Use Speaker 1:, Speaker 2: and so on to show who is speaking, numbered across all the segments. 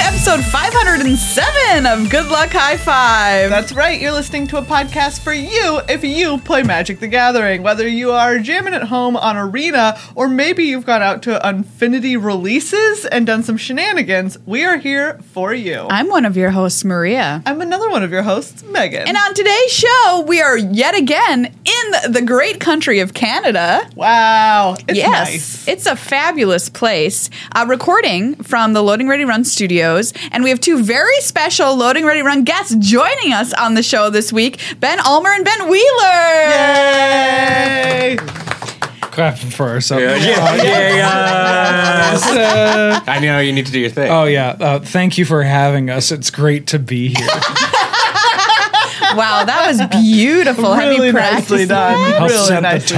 Speaker 1: episode 507 of Good Luck High Five.
Speaker 2: That's right. You're listening to a podcast for you if you play Magic the Gathering. Whether you are jamming at home on Arena or maybe you've gone out to Infinity releases and done some shenanigans, we are here for you.
Speaker 1: I'm one of your hosts, Maria.
Speaker 2: I'm another one of your hosts, Megan.
Speaker 1: And on today's show, we are yet again in the great country of Canada.
Speaker 2: wow. It's
Speaker 1: yes,
Speaker 2: nice.
Speaker 1: it's a fabulous place. Uh, recording from the Loading Ready Run studios, and we have two very special Loading Ready Run guests joining us on the show this week: Ben Ulmer and Ben Wheeler.
Speaker 2: Yay!
Speaker 3: clapping for ourselves.
Speaker 4: Yeah, yeah, yeah, yeah.
Speaker 3: Uh,
Speaker 4: I know you need to do your thing.
Speaker 3: oh yeah. Uh, thank you for having us. It's great to be here.
Speaker 1: Wow, that was beautiful. Have
Speaker 2: Really
Speaker 1: you practiced
Speaker 2: nicely done.
Speaker 1: that?
Speaker 3: Help
Speaker 2: Really
Speaker 3: set the
Speaker 2: nicely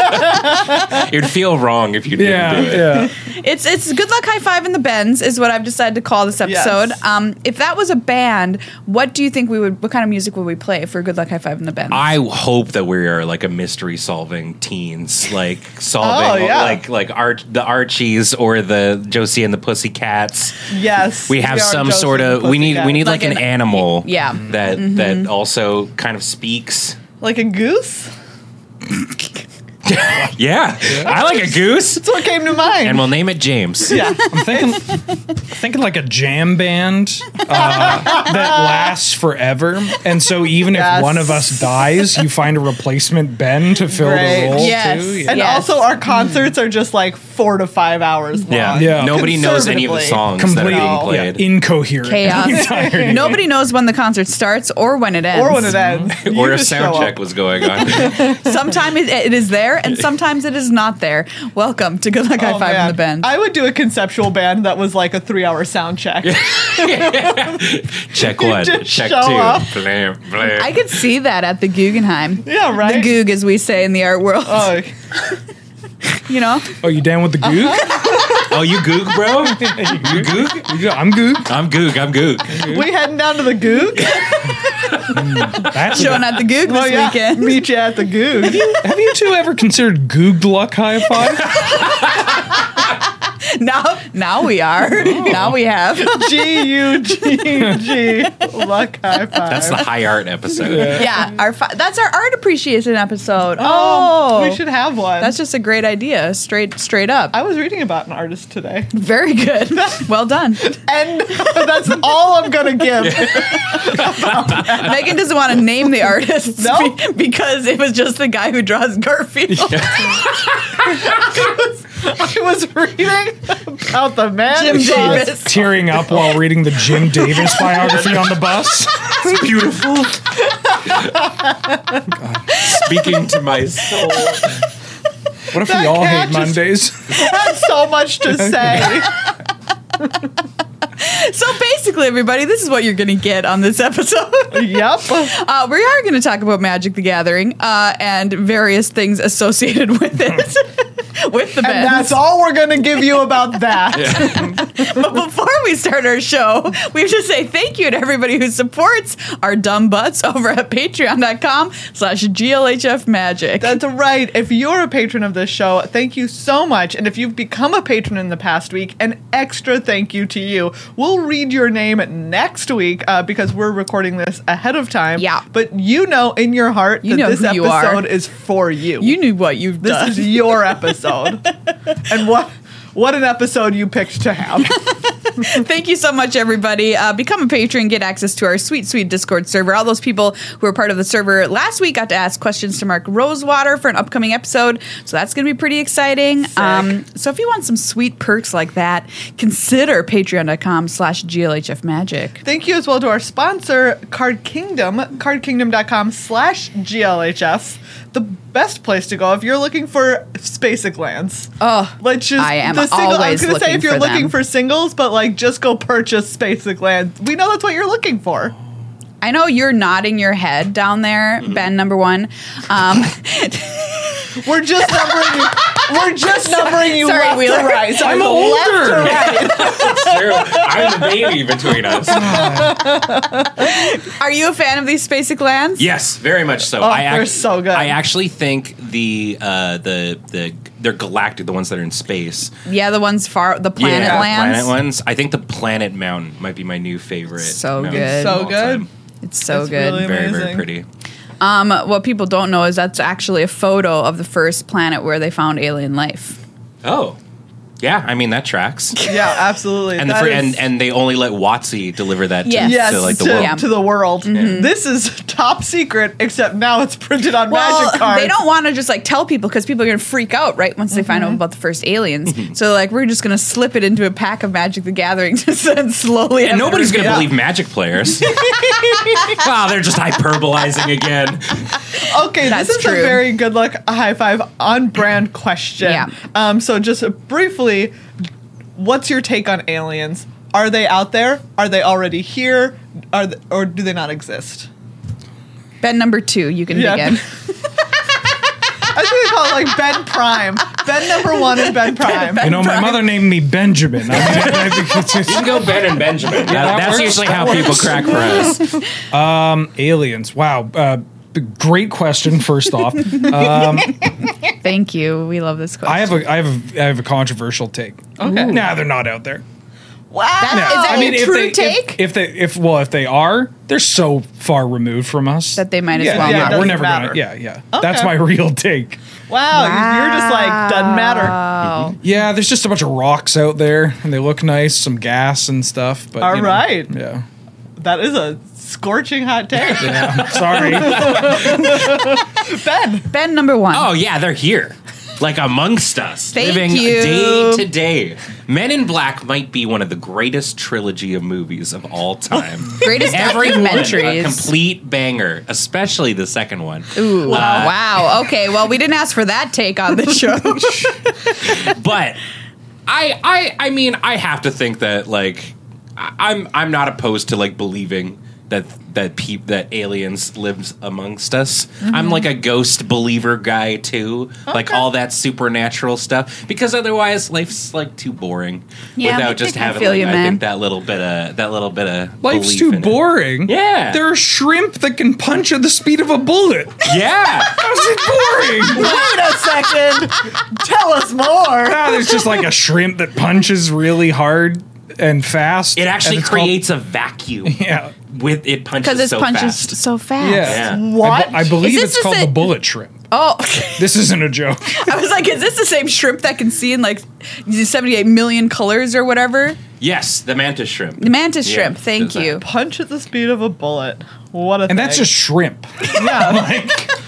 Speaker 2: done.
Speaker 3: tone. Yeah,
Speaker 4: It'd feel wrong if you didn't do it.
Speaker 3: yeah.
Speaker 1: It's it's good luck high five in the bends is what I've decided to call this episode.
Speaker 2: Yes.
Speaker 1: Um, if that was a band, what do you think we would? What kind of music would we play for good luck high five in the bends?
Speaker 4: I hope that we are like a mystery solving teens, like solving
Speaker 2: Oh, yeah.
Speaker 4: like like Arch the Archies or the Josie and the Pussycats.
Speaker 2: Yes.
Speaker 4: We have
Speaker 2: are
Speaker 4: some
Speaker 2: Josie
Speaker 4: sort of we need we
Speaker 2: Pussycat.
Speaker 4: need like,
Speaker 1: Like
Speaker 4: an,
Speaker 1: an-
Speaker 4: animal
Speaker 1: yeah.
Speaker 4: that
Speaker 2: Mm-hmm.
Speaker 4: that also kind of speaks.
Speaker 2: like a goose.
Speaker 4: Yeah. I like a goose.
Speaker 2: That's what came to mind.
Speaker 4: And we'll name it James.
Speaker 2: yeah.
Speaker 3: I'm thinking, thinking like a jam band uh, that lasts forever. And so even
Speaker 2: Yes.
Speaker 3: if one of us dies, you find a replacement Ben to fill
Speaker 2: Right.
Speaker 3: the role.
Speaker 1: Yes.
Speaker 3: Too.
Speaker 2: And
Speaker 1: Yes.
Speaker 2: also, our concerts are just like four to five hours long.
Speaker 4: Yeah.
Speaker 3: Yeah.
Speaker 4: Nobody knows any of the
Speaker 2: Conservatively.
Speaker 4: songs
Speaker 3: Completely
Speaker 4: that are
Speaker 2: No.
Speaker 4: being
Speaker 3: yeah,
Speaker 4: played.
Speaker 3: incoherent.
Speaker 1: Chaos. Nobody knows when the concert starts or when it ends.
Speaker 2: Or when it ends.
Speaker 4: Or
Speaker 2: You
Speaker 4: a
Speaker 2: just
Speaker 4: sound
Speaker 2: show
Speaker 4: check
Speaker 2: up.
Speaker 4: was going on.
Speaker 1: Sometimes it, it is there, and sometimes it is not there. Welcome to Good Luck High
Speaker 2: Oh,
Speaker 1: Five in
Speaker 2: man.
Speaker 1: the Bend.
Speaker 2: I would do a conceptual band that was like a three hour sound check.
Speaker 4: Check one,
Speaker 2: just
Speaker 4: check two.
Speaker 2: show up.
Speaker 4: Blam, blam.
Speaker 1: I could see that at the Guggenheim.
Speaker 2: Yeah, right.
Speaker 1: The Goog, as we say in the art world.
Speaker 2: Oh,
Speaker 1: You know,
Speaker 3: Oh, you down with the goog?
Speaker 1: Uh-huh.
Speaker 4: Oh, you goog, bro? You goog?
Speaker 3: You go, I'm goog.
Speaker 4: I'm goog. I'm goog.
Speaker 2: we heading down to the goog?
Speaker 3: That's
Speaker 1: showing at the Goog this
Speaker 2: Oh, yeah.
Speaker 1: weekend.
Speaker 2: Meet you at the goog.
Speaker 3: Have you two ever considered Goog Luck High Five?
Speaker 1: Now, now we are. Now we have.
Speaker 2: G U G G. Luck high five.
Speaker 4: That's the high art episode.
Speaker 1: yeah, our fi- that's our art appreciation episode.
Speaker 2: Oh,
Speaker 1: Oh,
Speaker 2: we should have one.
Speaker 1: that's just a great idea. Straight, straight up.
Speaker 2: I was reading about an artist today,
Speaker 1: Very good. Well done.
Speaker 2: and that's all I'm gonna give.
Speaker 1: Megan doesn't want to name the artist
Speaker 2: No.
Speaker 1: be- because it was just the guy who draws Garfield.
Speaker 2: I was reading about the man
Speaker 1: Jim
Speaker 2: who draws-
Speaker 1: Davis.
Speaker 3: Tearing up while reading the Jim Davis biography on the bus.
Speaker 4: It's beautiful. Speaking to my soul.
Speaker 3: What if
Speaker 2: That
Speaker 3: we all
Speaker 2: cat
Speaker 3: hate
Speaker 2: just-
Speaker 3: Mondays?
Speaker 2: had so much to say.
Speaker 1: So basically, everybody, this is what you're going to get on this episode.
Speaker 2: yep.
Speaker 1: Uh, we are going to talk about Magic: The Gathering uh, and various things associated with it, with the
Speaker 2: And
Speaker 1: bends.
Speaker 2: that's all we're gonna give you about that.
Speaker 1: But before we start our show, we have to say thank you to everybody who supports our dumb butts over at patreon.com slash glhf magic.
Speaker 2: That's right. If you're a patron of this show, thank you so much. And if you've become a patron in the past week, an extra thank you to you. We'll read your name next week uh, because we're recording this ahead of time.
Speaker 1: Yeah.
Speaker 2: But you know in your heart
Speaker 1: You
Speaker 2: that
Speaker 1: know
Speaker 2: this
Speaker 1: who
Speaker 2: episode
Speaker 1: you are.
Speaker 2: is for you.
Speaker 1: you knew what you've
Speaker 2: this
Speaker 1: done.
Speaker 2: is your episode. and what what an episode you picked to have.
Speaker 1: Thank you so much, everybody. Uh, become a patron, get access to our sweet, sweet Discord server. All those people who were part of the server last week got to ask questions to Mark Rosewater for an upcoming episode. So that's going to be pretty exciting. Um, so if you want some sweet perks like that, consider patreon.com slash glhf magic.
Speaker 2: Thank you as well to our sponsor, Card Kingdom, cardkingdom.com slash GLHF, the best place to go if you're looking for spacek lands.
Speaker 1: Oh,
Speaker 2: Let's just,
Speaker 1: I am
Speaker 2: the single, I was
Speaker 1: always
Speaker 2: gonna say
Speaker 1: looking
Speaker 2: if you're
Speaker 1: for
Speaker 2: looking
Speaker 1: them.
Speaker 2: for singles, but like just go purchase spacek lands. We know that's what you're looking for.
Speaker 1: I know you're nodding your head down there,
Speaker 3: Mm-hmm.
Speaker 1: Ben number one. Um,
Speaker 2: We're just numbering you. We're just numbering you
Speaker 1: Sorry,
Speaker 2: left
Speaker 1: Wheeler.
Speaker 2: to right. Sorry,
Speaker 3: I'm
Speaker 2: left
Speaker 3: older.
Speaker 2: to right.
Speaker 4: I'm the baby between us.
Speaker 1: are you a fan of these basic lands? Oh,
Speaker 4: Yes, very much so.
Speaker 2: they're so good.
Speaker 4: I actually think the uh, the the they're galactic, the ones that are in space.
Speaker 1: Yeah, the ones far the planet
Speaker 4: yeah,
Speaker 1: lands.
Speaker 4: planet ones. I think the Planet Mountain might be my new favorite.
Speaker 1: So
Speaker 4: mountain
Speaker 1: good.
Speaker 4: of
Speaker 2: So
Speaker 4: all
Speaker 2: good.
Speaker 4: time.
Speaker 1: It's so
Speaker 2: That's
Speaker 1: good.
Speaker 2: really
Speaker 4: Very very
Speaker 2: Amazing.
Speaker 4: pretty.
Speaker 1: Um, what people don't know is that's actually a photo of the first planet where they found alien life.
Speaker 4: Oh, yeah. I mean that tracks.
Speaker 2: Yeah, absolutely.
Speaker 4: And the
Speaker 2: That
Speaker 4: fr-
Speaker 2: is-
Speaker 4: and and they only let Watsy deliver that to,
Speaker 1: Yes.
Speaker 2: yes,
Speaker 4: to like the
Speaker 2: to,
Speaker 4: world.
Speaker 1: Yeah. Mm-hmm.
Speaker 2: to the world. This is top secret, except now it's printed on
Speaker 1: Well,
Speaker 2: magic cards.
Speaker 1: they don't want to just like tell people because people are going to freak out, right? Once they
Speaker 3: Mm-hmm.
Speaker 1: find out about the first aliens. So like we're just going to slip it into a pack of Magic the Gathering just and slowly.
Speaker 4: And nobody's going to
Speaker 2: Yeah.
Speaker 4: believe magic players. wow, they're just hyperbolizing again.
Speaker 2: Okay,
Speaker 1: That's
Speaker 2: this is
Speaker 1: true.
Speaker 2: a very good luck high five on brand question.
Speaker 1: Yeah.
Speaker 2: Um, so just briefly, what's your take on aliens? Are they out there? Are they already here? Are th- or do they not exist?
Speaker 1: Ben number two, you can
Speaker 2: Yeah.
Speaker 1: begin.
Speaker 2: I think they call it like Ben Prime, Ben number one and Ben Prime.
Speaker 3: You know, my mother named me Benjamin. I mean, I think it's just-
Speaker 4: You can go Ben and Benjamin. That-
Speaker 3: that
Speaker 4: that's
Speaker 3: works.
Speaker 4: usually
Speaker 3: That
Speaker 4: how people crack for us.
Speaker 3: aliens. Wow. Uh, b- great question. First off,
Speaker 1: Thank you. We love this question.
Speaker 3: I have a I have a, I have a controversial take.
Speaker 2: Okay.
Speaker 3: Nah, they're not out there.
Speaker 2: Wow.
Speaker 1: No. Is that
Speaker 3: I
Speaker 1: a
Speaker 3: mean, if
Speaker 1: true
Speaker 3: they- if-
Speaker 1: take?
Speaker 3: If, they if well, if they are, they're so far removed from us
Speaker 1: that they might as
Speaker 3: yeah,
Speaker 1: well.
Speaker 3: yeah,
Speaker 1: not.
Speaker 2: matter.
Speaker 3: we're never
Speaker 2: Doesn't
Speaker 3: gonna. Yeah, yeah. That's my real take.
Speaker 2: wow. You're just like doesn't matter.
Speaker 1: Wow.
Speaker 3: Yeah, there's just a bunch of rocks out there, and they look nice, some gas and stuff. But
Speaker 2: All
Speaker 3: you know,
Speaker 2: right.
Speaker 3: yeah.
Speaker 2: That is a scorching hot take,
Speaker 3: Yeah, sorry.
Speaker 2: Ben.
Speaker 1: Ben number one.
Speaker 4: Oh yeah, they're here. Like amongst us,
Speaker 1: Thank
Speaker 4: living
Speaker 1: you.
Speaker 4: day to day. Men in Black might be one of the greatest trilogy of movies of all time.
Speaker 1: Greatest
Speaker 4: Every one, a
Speaker 1: documentaries.
Speaker 4: complete banger, especially the second one.
Speaker 1: Ooh,
Speaker 4: Uh,
Speaker 1: wow. Okay. Well, we didn't ask for that take on the show.
Speaker 4: but I, I, I mean, I have to think that like I- I'm, I'm not opposed to like believing that that peop, that aliens lives amongst us.
Speaker 1: Mm-hmm.
Speaker 4: I'm like a ghost believer guy too, like all that supernatural stuff. Because otherwise, life's like too boring
Speaker 1: Yeah,
Speaker 4: without just
Speaker 1: I
Speaker 4: having.
Speaker 1: feel
Speaker 4: like,
Speaker 1: you,
Speaker 4: I
Speaker 1: man.
Speaker 4: think that little bit of that little bit of
Speaker 3: Life's
Speaker 4: belief
Speaker 3: too
Speaker 4: in it.
Speaker 3: boring.
Speaker 4: Yeah.
Speaker 3: There are shrimp that can punch at the speed of a bullet.
Speaker 4: Yeah.
Speaker 3: How's it boring?
Speaker 2: Wait a second. Tell us more.
Speaker 3: Ah, there's just like a shrimp that punches really hard and fast.
Speaker 4: It
Speaker 3: and
Speaker 4: actually
Speaker 3: it's called-
Speaker 4: creates a vacuum
Speaker 3: yeah.
Speaker 4: with it punches
Speaker 1: Because it
Speaker 4: so
Speaker 1: punches
Speaker 4: fast.
Speaker 1: so fast.
Speaker 3: Yeah.
Speaker 4: Yeah.
Speaker 3: I,
Speaker 2: What?
Speaker 3: bu- I believe
Speaker 1: this
Speaker 3: it's
Speaker 1: the
Speaker 3: called
Speaker 1: sa-
Speaker 3: the bullet shrimp.
Speaker 1: Oh,
Speaker 3: This isn't a joke.
Speaker 1: I was like, is this the same shrimp that can see in like 78 million colors or whatever?
Speaker 4: Yes, the mantis shrimp.
Speaker 1: The mantis
Speaker 4: Yeah,
Speaker 1: shrimp. Thank
Speaker 4: does that.
Speaker 1: you.
Speaker 2: Punch at the speed of a bullet. What a
Speaker 3: And that's
Speaker 2: thing.
Speaker 3: just shrimp
Speaker 2: yeah.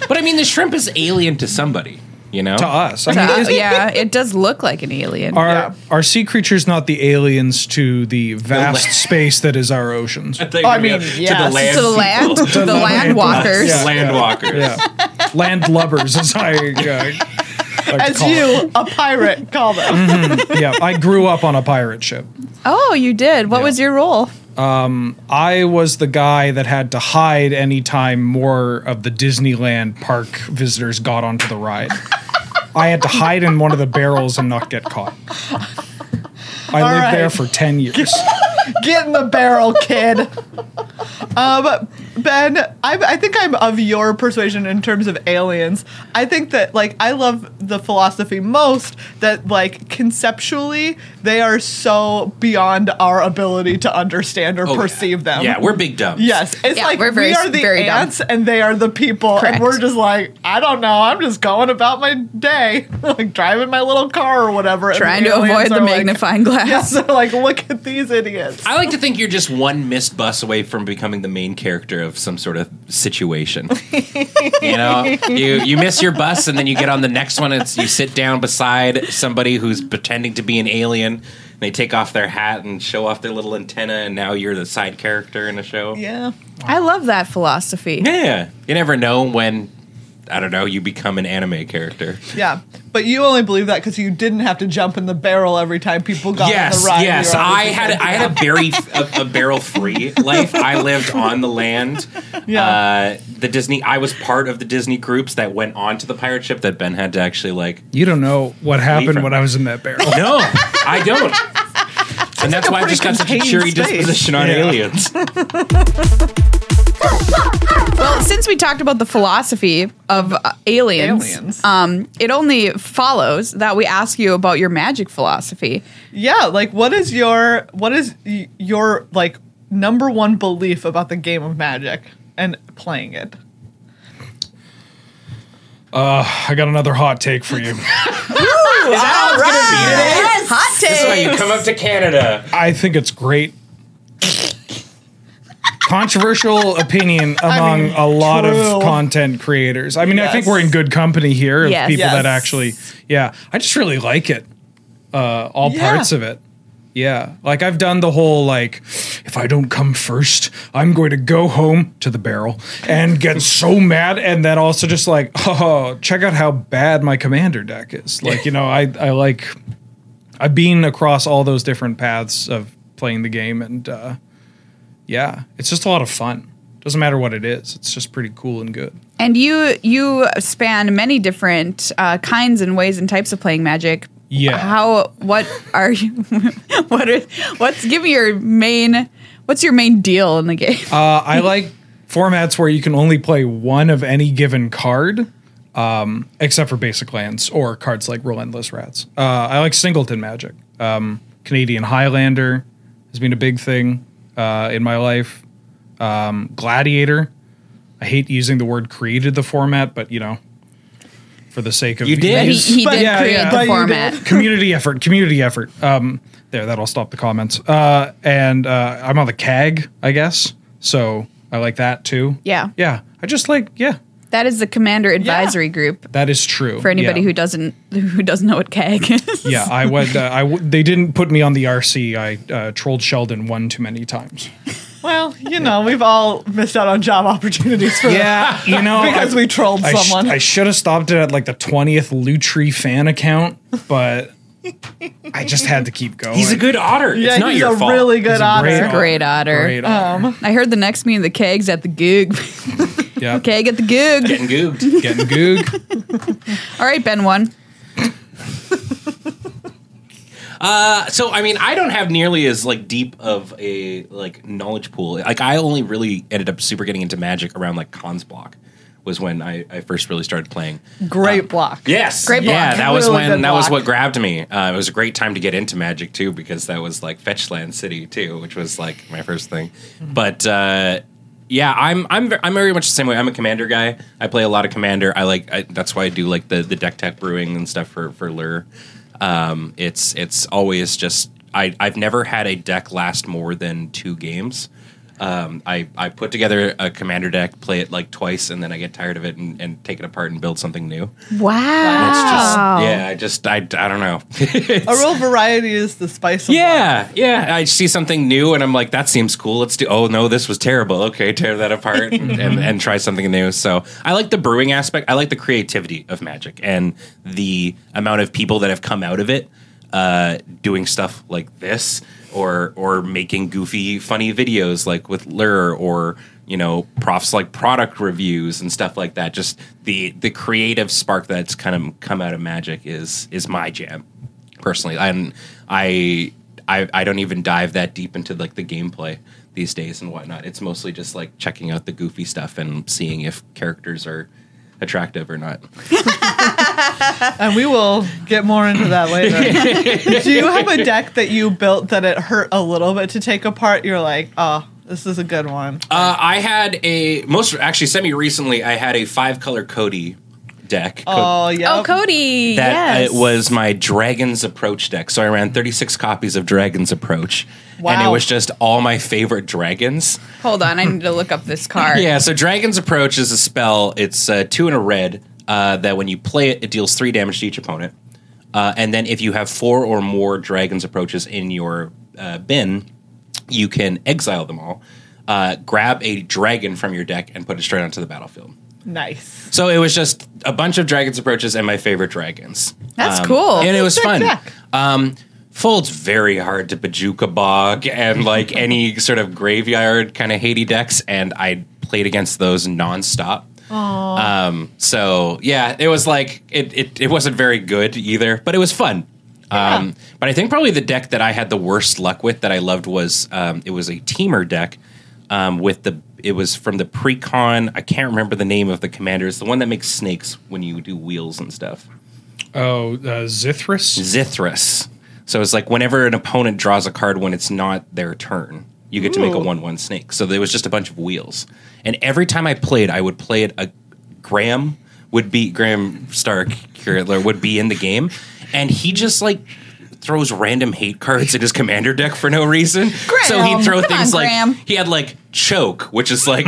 Speaker 4: But I mean, the shrimp is alien to somebody, you know?
Speaker 3: to us. I mean,
Speaker 1: Uh,
Speaker 3: is-
Speaker 1: yeah, it does look like an alien.
Speaker 3: Are,
Speaker 2: Yeah.
Speaker 3: are sea creatures not the aliens to the vast
Speaker 4: la-
Speaker 3: space that is our oceans?
Speaker 4: They
Speaker 2: I
Speaker 4: go
Speaker 2: mean,
Speaker 4: to the
Speaker 2: yes.
Speaker 4: land.
Speaker 1: to the land,
Speaker 4: people.
Speaker 1: the land walkers.
Speaker 4: Yeah. Landwalkers.
Speaker 3: Yeah. Landlubbers, as I uh, like to
Speaker 2: As
Speaker 3: call it.
Speaker 2: you, a pirate, call them.
Speaker 4: Mm-hmm.
Speaker 3: Yeah, I grew up on a pirate ship.
Speaker 1: Oh, you did. What was your role?
Speaker 3: I was the guy that had to hide anytime more of the Disneyland park visitors got onto the ride. I had to hide in one of the barrels and not get caught. I lived
Speaker 2: right.
Speaker 3: there for 10 years.
Speaker 2: Get in the barrel, kid. Um, ben, I, I think I'm of your persuasion in terms of aliens. I think that, like, I love the philosophy most that, like, conceptually, they are so beyond our ability to understand or
Speaker 4: Oh, yeah.
Speaker 2: perceive them.
Speaker 4: Yeah, we're big dumb.
Speaker 2: Yes, it's
Speaker 1: Yeah,
Speaker 2: like
Speaker 1: we're very-
Speaker 2: we are the
Speaker 1: very dumb.
Speaker 2: ants and they are the people,
Speaker 1: Correct.
Speaker 2: and we're just like, I don't know. I'm just going about my day, like driving my little car or whatever, and
Speaker 1: Trying to
Speaker 2: aliens
Speaker 1: avoid the
Speaker 2: are like-
Speaker 1: magnifying glass.
Speaker 2: Yes, they're like, look at these idiots.
Speaker 4: I like to think you're just one missed bus away from becoming the main character of some sort of situation. you know, you you miss your bus and then you get on the next one. It's you sit down beside somebody who's pretending to be an alien. And they take off their hat and show off their little antenna, and now you're the side character in a show.
Speaker 2: Yeah,
Speaker 1: I love that philosophy.
Speaker 4: Yeah. You never know when, I don't know, you become an anime character.
Speaker 2: yeah. But you only believe that because you didn't have to jump in the barrel every time people got on
Speaker 4: Yes,
Speaker 2: the ride.
Speaker 4: yes.
Speaker 2: You were
Speaker 4: I
Speaker 2: always
Speaker 4: had
Speaker 2: like,
Speaker 4: I had a very a, a barrel free life. I lived on the land.
Speaker 2: Yeah.
Speaker 4: Uh, the Disney. I was part of the Disney groups that went onto the pirate ship that Ben had to actually like.
Speaker 3: You don't know what happened when I was in that barrel.
Speaker 4: No, I don't. And that's why I just got such a
Speaker 2: contained
Speaker 4: cheery
Speaker 2: space.
Speaker 4: disposition on
Speaker 3: Yeah.
Speaker 4: aliens.
Speaker 5: Go!
Speaker 1: Well, since we talked about the philosophy of uh, aliens,
Speaker 2: Aliens.
Speaker 1: Um, it only follows that we ask you about your magic philosophy.
Speaker 2: Yeah, like what is your what is y- your like number one belief about the game of Magic and playing it?
Speaker 3: I got another hot take for you.
Speaker 1: Yes. Hot
Speaker 4: This is why
Speaker 1: take.
Speaker 4: you come up to Canada.
Speaker 3: I think it's great. Controversial opinion among
Speaker 2: mean,
Speaker 3: a lot
Speaker 2: true.
Speaker 3: of content creators. I mean, I think
Speaker 2: Yes.
Speaker 3: we're in good company here of
Speaker 1: Yes.
Speaker 3: people
Speaker 2: Yes.
Speaker 3: that actually, yeah, I just really like it. Uh, all
Speaker 2: Yeah.
Speaker 3: parts of it. Yeah. Like I've done the whole, like, if I don't come first, I'm going to go home to the barrel and get so mad. And then also just like, oh, check out how bad my commander deck is. Like, you know, I, I like, I've been across all those different paths of playing the game, and uh, yeah, it's just a lot of fun. Doesn't matter what it is; it's just pretty cool and good.
Speaker 1: And you you span many different uh, kinds and ways and types of playing Magic.
Speaker 3: Yeah.
Speaker 1: How? What are you? what are? What's? Give me your main. What's your main deal in the game?
Speaker 3: Uh, I like formats where you can only play one of any given card, um, except for basic lands or cards like Relentless Rats. Uh, I like singleton magic. Um, Canadian Highlander has been a big thing uh, in my life. Um, Gladiator. I hate using the word created the format, but you know, for the sake of
Speaker 4: You did.
Speaker 1: he, he
Speaker 2: but-
Speaker 1: did
Speaker 3: yeah,
Speaker 1: create
Speaker 3: yeah.
Speaker 1: the
Speaker 3: But you
Speaker 1: format.
Speaker 3: community effort community effort um there that'll stop the comments uh and uh i'm on the cag i guess so i like that too
Speaker 1: Yeah.
Speaker 3: yeah i just like yeah
Speaker 1: That is the Commander Advisory Group.
Speaker 3: that is true
Speaker 1: For anybody
Speaker 3: yeah.
Speaker 1: who doesn't who doesn't know what CAG is.
Speaker 3: yeah i would uh, i w- they didn't put me on the rc i uh, trolled sheldon one too many times
Speaker 2: Well, you know, we've all missed out on job opportunities for
Speaker 3: yeah you know
Speaker 2: because
Speaker 3: I-
Speaker 2: we trolled
Speaker 3: I sh-
Speaker 2: someone.
Speaker 3: I should have stopped it at like the 20th Lutri fan account, but I just had to keep going.
Speaker 4: He's a good otter.
Speaker 2: yeah,
Speaker 4: it's not
Speaker 2: he's
Speaker 4: your
Speaker 2: a
Speaker 4: fault.
Speaker 2: really good
Speaker 3: He's a
Speaker 2: otter.
Speaker 3: great
Speaker 1: Great Um, otter.
Speaker 3: Great honor.
Speaker 1: I heard the next meeting of the kegs at the goog.
Speaker 3: yeah.
Speaker 1: Keg at the goog.
Speaker 4: Getting googed.
Speaker 3: Getting goog.
Speaker 1: All right, Ben one.
Speaker 4: so I mean, I don't have nearly as like deep of a like knowledge pool. Like I only really ended up super getting into magic around like cons block was when I, I first really started playing.
Speaker 2: Great block.
Speaker 4: Uh, Yes,
Speaker 1: Great block.
Speaker 4: Yeah, that was
Speaker 2: Really
Speaker 4: when
Speaker 2: good
Speaker 4: that was
Speaker 2: block.
Speaker 4: what grabbed me. Uh, it was a great time to get into magic too because that was like Fetchland City too, which was like my first thing.
Speaker 2: Mm-hmm.
Speaker 4: But uh, yeah, I'm I'm ver- I'm very much the same way. I'm a commander guy. I play a lot of commander. I like I, that's why I do like the the deck tech brewing and stuff for for lure. Um, it's it's always just I I've never had a deck last more than two games. Um, I, I put together a commander deck, play it like twice, and then I get tired of it and, and take it apart and build something new.
Speaker 1: Wow.
Speaker 4: It's just yeah, I just I, I don't know.
Speaker 2: A real variety is the spice of life.
Speaker 4: yeah, yeah. I see something new and I'm like, that seems cool. Let's do. Oh no, this was terrible. Okay, tear that apart and, and, and try something new. So I like the brewing aspect. I like the creativity of magic and the amount of people that have come out of it uh, doing stuff like this or or making goofy, funny videos like with Lure or you know profs like product reviews and stuff like that. Just the the creative spark that's kind of come out of magic is is my jam personally and I, I i don't even dive that deep into like the gameplay these days and whatnot it's mostly just like checking out the goofy stuff and seeing if characters are attractive or not
Speaker 2: And we will get more into that later. Do you have a deck that you built that it hurt a little bit to take apart? You're like, oh, this is a good one.
Speaker 4: uh, i had a most actually semi recently i had a five color cody deck
Speaker 2: oh, yeah.
Speaker 1: Oh, Cody.
Speaker 4: that uh,
Speaker 1: yes.
Speaker 4: it was my Dragon's Approach deck. So I ran 36 copies of Dragon's Approach. And it
Speaker 2: Wow.
Speaker 4: was just all my favorite dragons.
Speaker 1: Hold on, I need to look up this card.
Speaker 4: Yeah, so Dragon's Approach is a spell. It's uh, two and a red uh, that when you play it, it deals three damage to each opponent. Uh, and then if you have four or more Dragon's Approaches in your uh, bin, you can exile them all, uh, grab a dragon from your deck, and put it straight onto the battlefield.
Speaker 2: Nice.
Speaker 4: So it was just a bunch of Dragon's Approaches and my favorite dragons.
Speaker 1: That's
Speaker 4: Um,
Speaker 1: cool.
Speaker 4: And it was
Speaker 2: Sick
Speaker 4: fun.
Speaker 2: deck.
Speaker 4: Um, Fold's very hard to bajuka bog and like any sort of graveyard kind of Haiti decks, and I played against those nonstop. Um, so yeah, it was like it, it it wasn't very good either, but it was fun. Um, but I think probably the deck that I had the worst luck with that I loved was um, it was a teamer deck um, with the it was from the pre-con. I can't remember the name of the commander. It's the one that makes snakes when you do wheels and stuff.
Speaker 3: Oh, uh, Zithris.
Speaker 4: Zithras. So it's like whenever an opponent draws a card when it's not their turn, you get to make a
Speaker 2: Ooh.
Speaker 4: one-one snake. So there was just a bunch of wheels, and every time I played, I would play it. A Graham would be Graham Stark Kurtler would be in the game, and he just like throws random hate cards in his commander deck for no reason. so
Speaker 1: Graham,
Speaker 4: he'd throw
Speaker 1: come on,
Speaker 4: things like
Speaker 1: Graham.
Speaker 4: he had like choke, which is like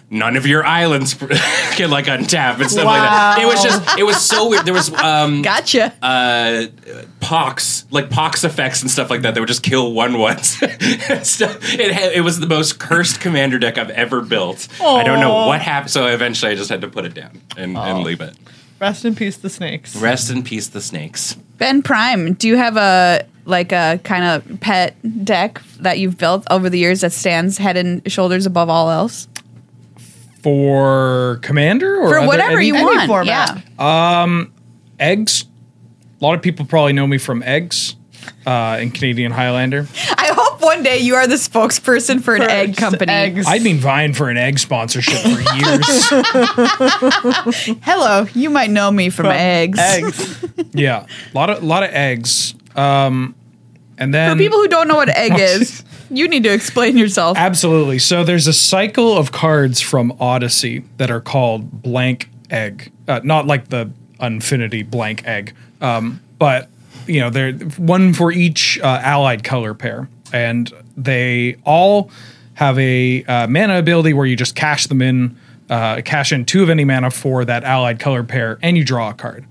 Speaker 4: none of your islands can like untap and stuff like that. It was just it was so weird. There was um
Speaker 1: Gotcha.
Speaker 4: uh, pox, like pox effects and stuff like that. They would just kill one once. And stuff. it, had, it was the most cursed commander deck I've ever built. I don't know what happened. So eventually I just had to put it down and, and leave it.
Speaker 2: Rest in peace, the snakes.
Speaker 4: Rest in peace, the snakes.
Speaker 1: ben Prime, do you have a like a kind of pet deck that you've built over the years that stands head and shoulders above all else
Speaker 3: for commander or
Speaker 1: for
Speaker 3: other-
Speaker 1: whatever
Speaker 3: any-
Speaker 1: you
Speaker 2: any
Speaker 1: want?
Speaker 2: format.
Speaker 1: Yeah.
Speaker 3: eggs. A lot of people probably know me from eggs uh, in Canadian Highlander.
Speaker 1: I hope one day you are the spokesperson for an
Speaker 2: For
Speaker 1: egg
Speaker 2: just
Speaker 1: company.
Speaker 2: eggs.
Speaker 3: I've been vying for an egg sponsorship for years.
Speaker 1: Hello, you might know me from,
Speaker 2: From
Speaker 1: eggs.
Speaker 2: Eggs.
Speaker 3: yeah, a lot of lot of eggs. Um, and
Speaker 1: For
Speaker 3: then
Speaker 1: people who don't know what egg is, you need to explain yourself.
Speaker 3: Absolutely. So there's a cycle of cards from Odyssey that are called blank egg, uh, not like the Infinity blank egg, um, but you know they're one for each uh, allied color pair, and they all have a uh, mana ability where you just cash them in, uh, cash in two of any mana for that allied color pair, and you draw a card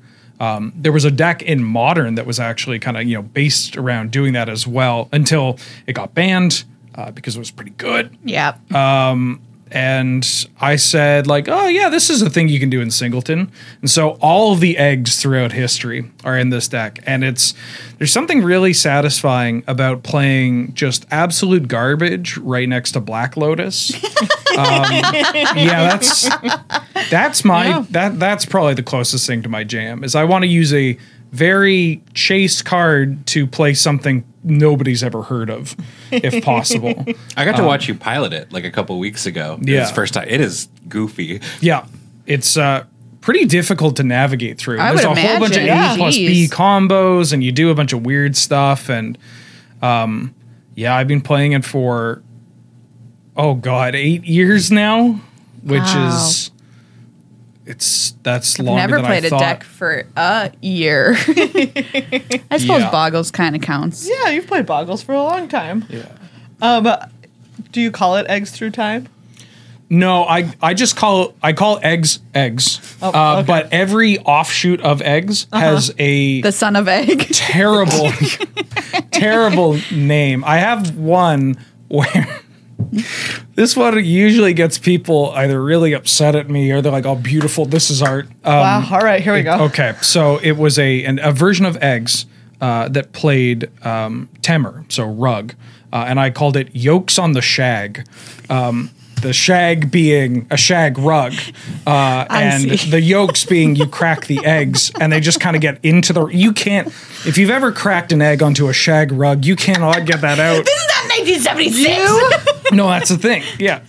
Speaker 3: there was a deck in modern that was actually kind of you know based around doing that as well until it got banned uh, because it was pretty good
Speaker 1: yeah.
Speaker 3: Uh, and i said like oh yeah this is a thing you can do in singleton and so all of the eggs throughout history are in this deck and it's there's something really satisfying about playing just absolute garbage right next to black lotus Um, yeah, that's that's my that that's probably the closest thing to my jam is I want to use a very chase card to play something nobody's ever heard of, if possible.
Speaker 4: I got to watch you pilot it like a couple weeks ago.
Speaker 3: Um, Yeah.
Speaker 4: It's first time. It is goofy.
Speaker 3: yeah, it's uh, pretty difficult to navigate through.
Speaker 1: I
Speaker 3: There's a
Speaker 1: would
Speaker 3: whole bunch
Speaker 1: imagine.
Speaker 3: of A
Speaker 1: Yeah.
Speaker 3: plus
Speaker 1: Jeez.
Speaker 3: B combos, and you do a bunch of weird stuff. And um, yeah, I've been playing it for oh god, eight years now, which
Speaker 1: Wow.
Speaker 3: is. It's that's
Speaker 1: I've
Speaker 3: longer
Speaker 1: never
Speaker 3: than
Speaker 1: played
Speaker 3: I
Speaker 1: a
Speaker 3: thought.
Speaker 1: deck for a year. I suppose
Speaker 3: Yeah.
Speaker 1: boggles kind of counts.
Speaker 2: yeah, you've played Boggles for a long time.
Speaker 3: Yeah.
Speaker 2: Um, do you call it Eggs Through Time?
Speaker 3: No, I I just call I call eggs eggs.
Speaker 2: Oh,
Speaker 3: uh,
Speaker 2: okay.
Speaker 3: But every offshoot of eggs has a
Speaker 1: Uh-huh. The son of egg.
Speaker 3: terrible, terrible name. I have one where this one usually gets people either really upset at me or they're like, "Oh, beautiful, this is art." Um,
Speaker 2: wow. All right, here we go.
Speaker 3: Okay, so it was a an, a version of eggs uh, that played um, Temer, so rug, uh, and I called it yolks on the shag. Um, the shag being a shag rug, uh, and
Speaker 1: see.
Speaker 3: the yolks being you crack the eggs, and they just kind of get into the. You can't if you've ever cracked an egg onto a shag rug, you cannot get that out. no, that's the thing. Yeah,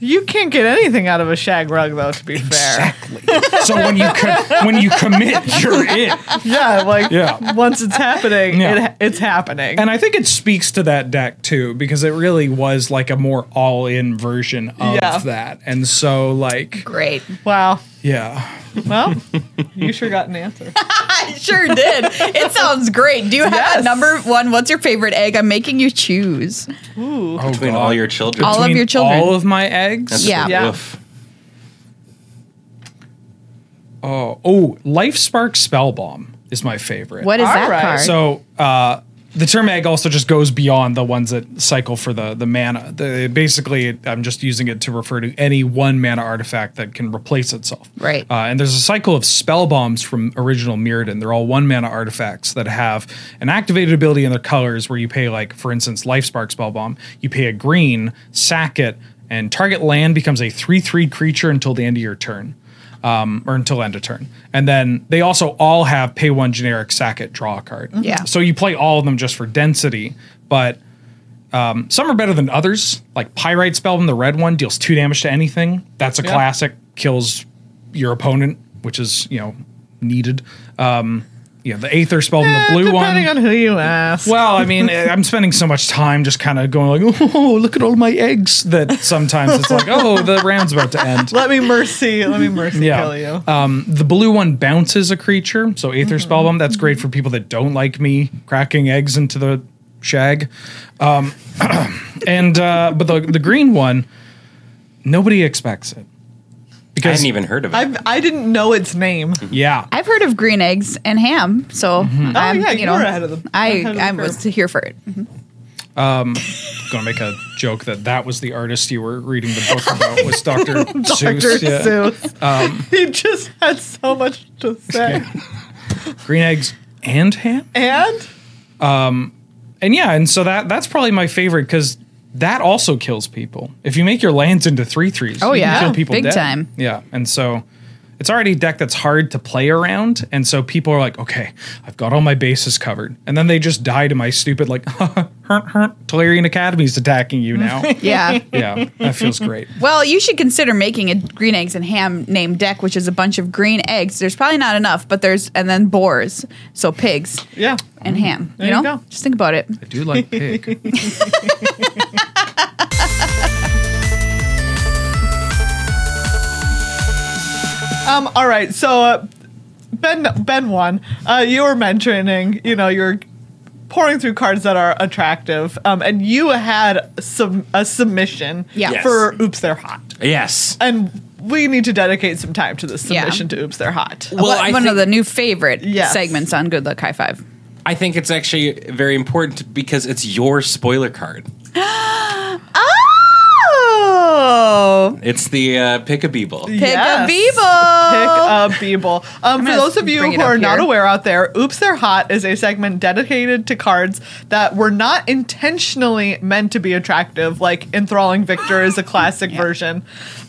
Speaker 2: You can't get anything out of a shag rug, though, to be fair.
Speaker 3: exactly. So when you co- when you commit, you're in.
Speaker 2: Yeah, like
Speaker 3: Yeah.
Speaker 2: once it's happening,
Speaker 3: Yeah.
Speaker 2: it, it's happening.
Speaker 3: And I think it speaks to that deck too, because it really was like a more all in version of
Speaker 2: Yeah.
Speaker 3: that. And so, like,
Speaker 1: Great.
Speaker 2: wow.
Speaker 3: yeah.
Speaker 2: Well, you sure got an answer.
Speaker 1: I sure did. It sounds great. Do you have
Speaker 2: Yes.
Speaker 1: a number one? What's your favorite egg? I'm making you choose.
Speaker 3: Oh,
Speaker 4: Between
Speaker 3: God.
Speaker 4: all your children.
Speaker 1: All of
Speaker 3: Between
Speaker 1: your children.
Speaker 3: All of my eggs.
Speaker 1: Yeah.
Speaker 2: Yeah.
Speaker 4: Oof.
Speaker 3: Oh, oh, Life Spark Spell Bomb is my favorite.
Speaker 1: What is
Speaker 2: All
Speaker 1: that
Speaker 2: right.
Speaker 1: card?
Speaker 3: So uh, the term egg also just goes beyond the ones that cycle for the the mana. The, basically, it, I'm just using it to refer to any one mana artifact that can replace itself.
Speaker 1: Right.
Speaker 3: Uh, and there's a cycle of spell bombs from original Mirrodin. They're all one mana artifacts that have an activated ability in their colors, where you pay like, for instance, Lifespark spell bomb. You pay a green, sack it, and target land becomes a three three creature until the end of your turn um, or until end of turn. And then they also all have pay
Speaker 2: Mm-hmm.
Speaker 3: one generic, sack it, draw a card.
Speaker 1: Yeah.
Speaker 3: So you play all of them just for density, but Um, some are better than others. Like Pyrite Spellbomb, the red one, deals two damage to anything. That's a
Speaker 2: Yeah.
Speaker 3: classic. Kills your opponent, which is you know needed. Um, yeah, the Aether Spellbomb, the blue
Speaker 2: Eh, Depending
Speaker 3: one.
Speaker 2: on who you ask.
Speaker 3: Well, I mean, eh, I'm spending so much time just kind of going like, oh, look at all my eggs. That sometimes it's like, oh, the round's about to end.
Speaker 2: let me mercy, let me mercy kill you. Mm-hmm.
Speaker 3: Um, the blue one bounces a creature, so Aether Spellbomb. That's great for people that don't like me cracking eggs into the shag. Um, and uh, but the the green one, nobody expects it
Speaker 4: I
Speaker 3: because
Speaker 4: hadn't even heard of it.
Speaker 2: I've, I didn't know its name.
Speaker 3: yeah,
Speaker 1: I've heard of green eggs and ham, so
Speaker 3: Mm-hmm.
Speaker 1: I'm,
Speaker 2: Oh, yeah,
Speaker 1: you
Speaker 2: you
Speaker 1: know,
Speaker 2: were ahead of the-
Speaker 1: I
Speaker 2: ahead of the
Speaker 1: I
Speaker 2: curve.
Speaker 1: was here for it.
Speaker 3: gonna make a joke that that was the artist you were reading the book about was Doctor Seuss. yeah. Um,
Speaker 2: Seuss. he just had so much to say.
Speaker 3: Green eggs and ham.
Speaker 2: And
Speaker 3: and yeah, and so that that's probably my favorite because that also kills people. If you make your lands into three threes,
Speaker 1: Oh,
Speaker 3: you can
Speaker 1: yeah.
Speaker 3: kill people
Speaker 1: Big
Speaker 3: dead.
Speaker 1: time.
Speaker 3: Yeah, and so it's already a deck that's hard to play around, and so people are like, okay, I've got all my bases covered, and then they just die to my stupid like, hernt hernt, Tolarian Academy's attacking you now.
Speaker 1: Yeah.
Speaker 3: yeah, that feels great.
Speaker 1: Well, you should consider making a green eggs and ham named deck, which is a bunch of green eggs. There's probably not enough, but there's and then boars, so pigs
Speaker 2: yeah,
Speaker 1: and ham.
Speaker 2: Mm-hmm. you
Speaker 1: you know,
Speaker 2: go.
Speaker 1: just think about it.
Speaker 3: I do like pig.
Speaker 2: Um, all right. So uh, Ben Ben one, uh, you were mentioning, you know, you're pouring through cards that are attractive, um, and you had some a submission
Speaker 1: Yeah. Yes.
Speaker 2: for Oops They're Hot,
Speaker 4: yes.
Speaker 2: and we need to dedicate some time to this
Speaker 1: Yeah.
Speaker 2: submission to Oops They're Hot.
Speaker 4: Well,
Speaker 1: One-
Speaker 4: I
Speaker 1: one
Speaker 4: think,
Speaker 1: of the new favorite
Speaker 2: Yes.
Speaker 1: segments on Good Luck High Five.
Speaker 4: I think it's actually very important because it's your spoiler card.
Speaker 1: Oh,
Speaker 4: It's the uh, pick a beeble.
Speaker 1: pick
Speaker 2: Yes.
Speaker 1: a
Speaker 2: Pick
Speaker 1: Beeble.
Speaker 2: a Beeble. Um, for
Speaker 1: Oh. gonna
Speaker 2: those of you
Speaker 1: bring it
Speaker 2: who
Speaker 1: up
Speaker 2: are not
Speaker 1: here.
Speaker 2: aware out there, Oops They're Hot is a segment dedicated to cards that were not intentionally meant to be attractive, like Enthralling Victor is a classic version.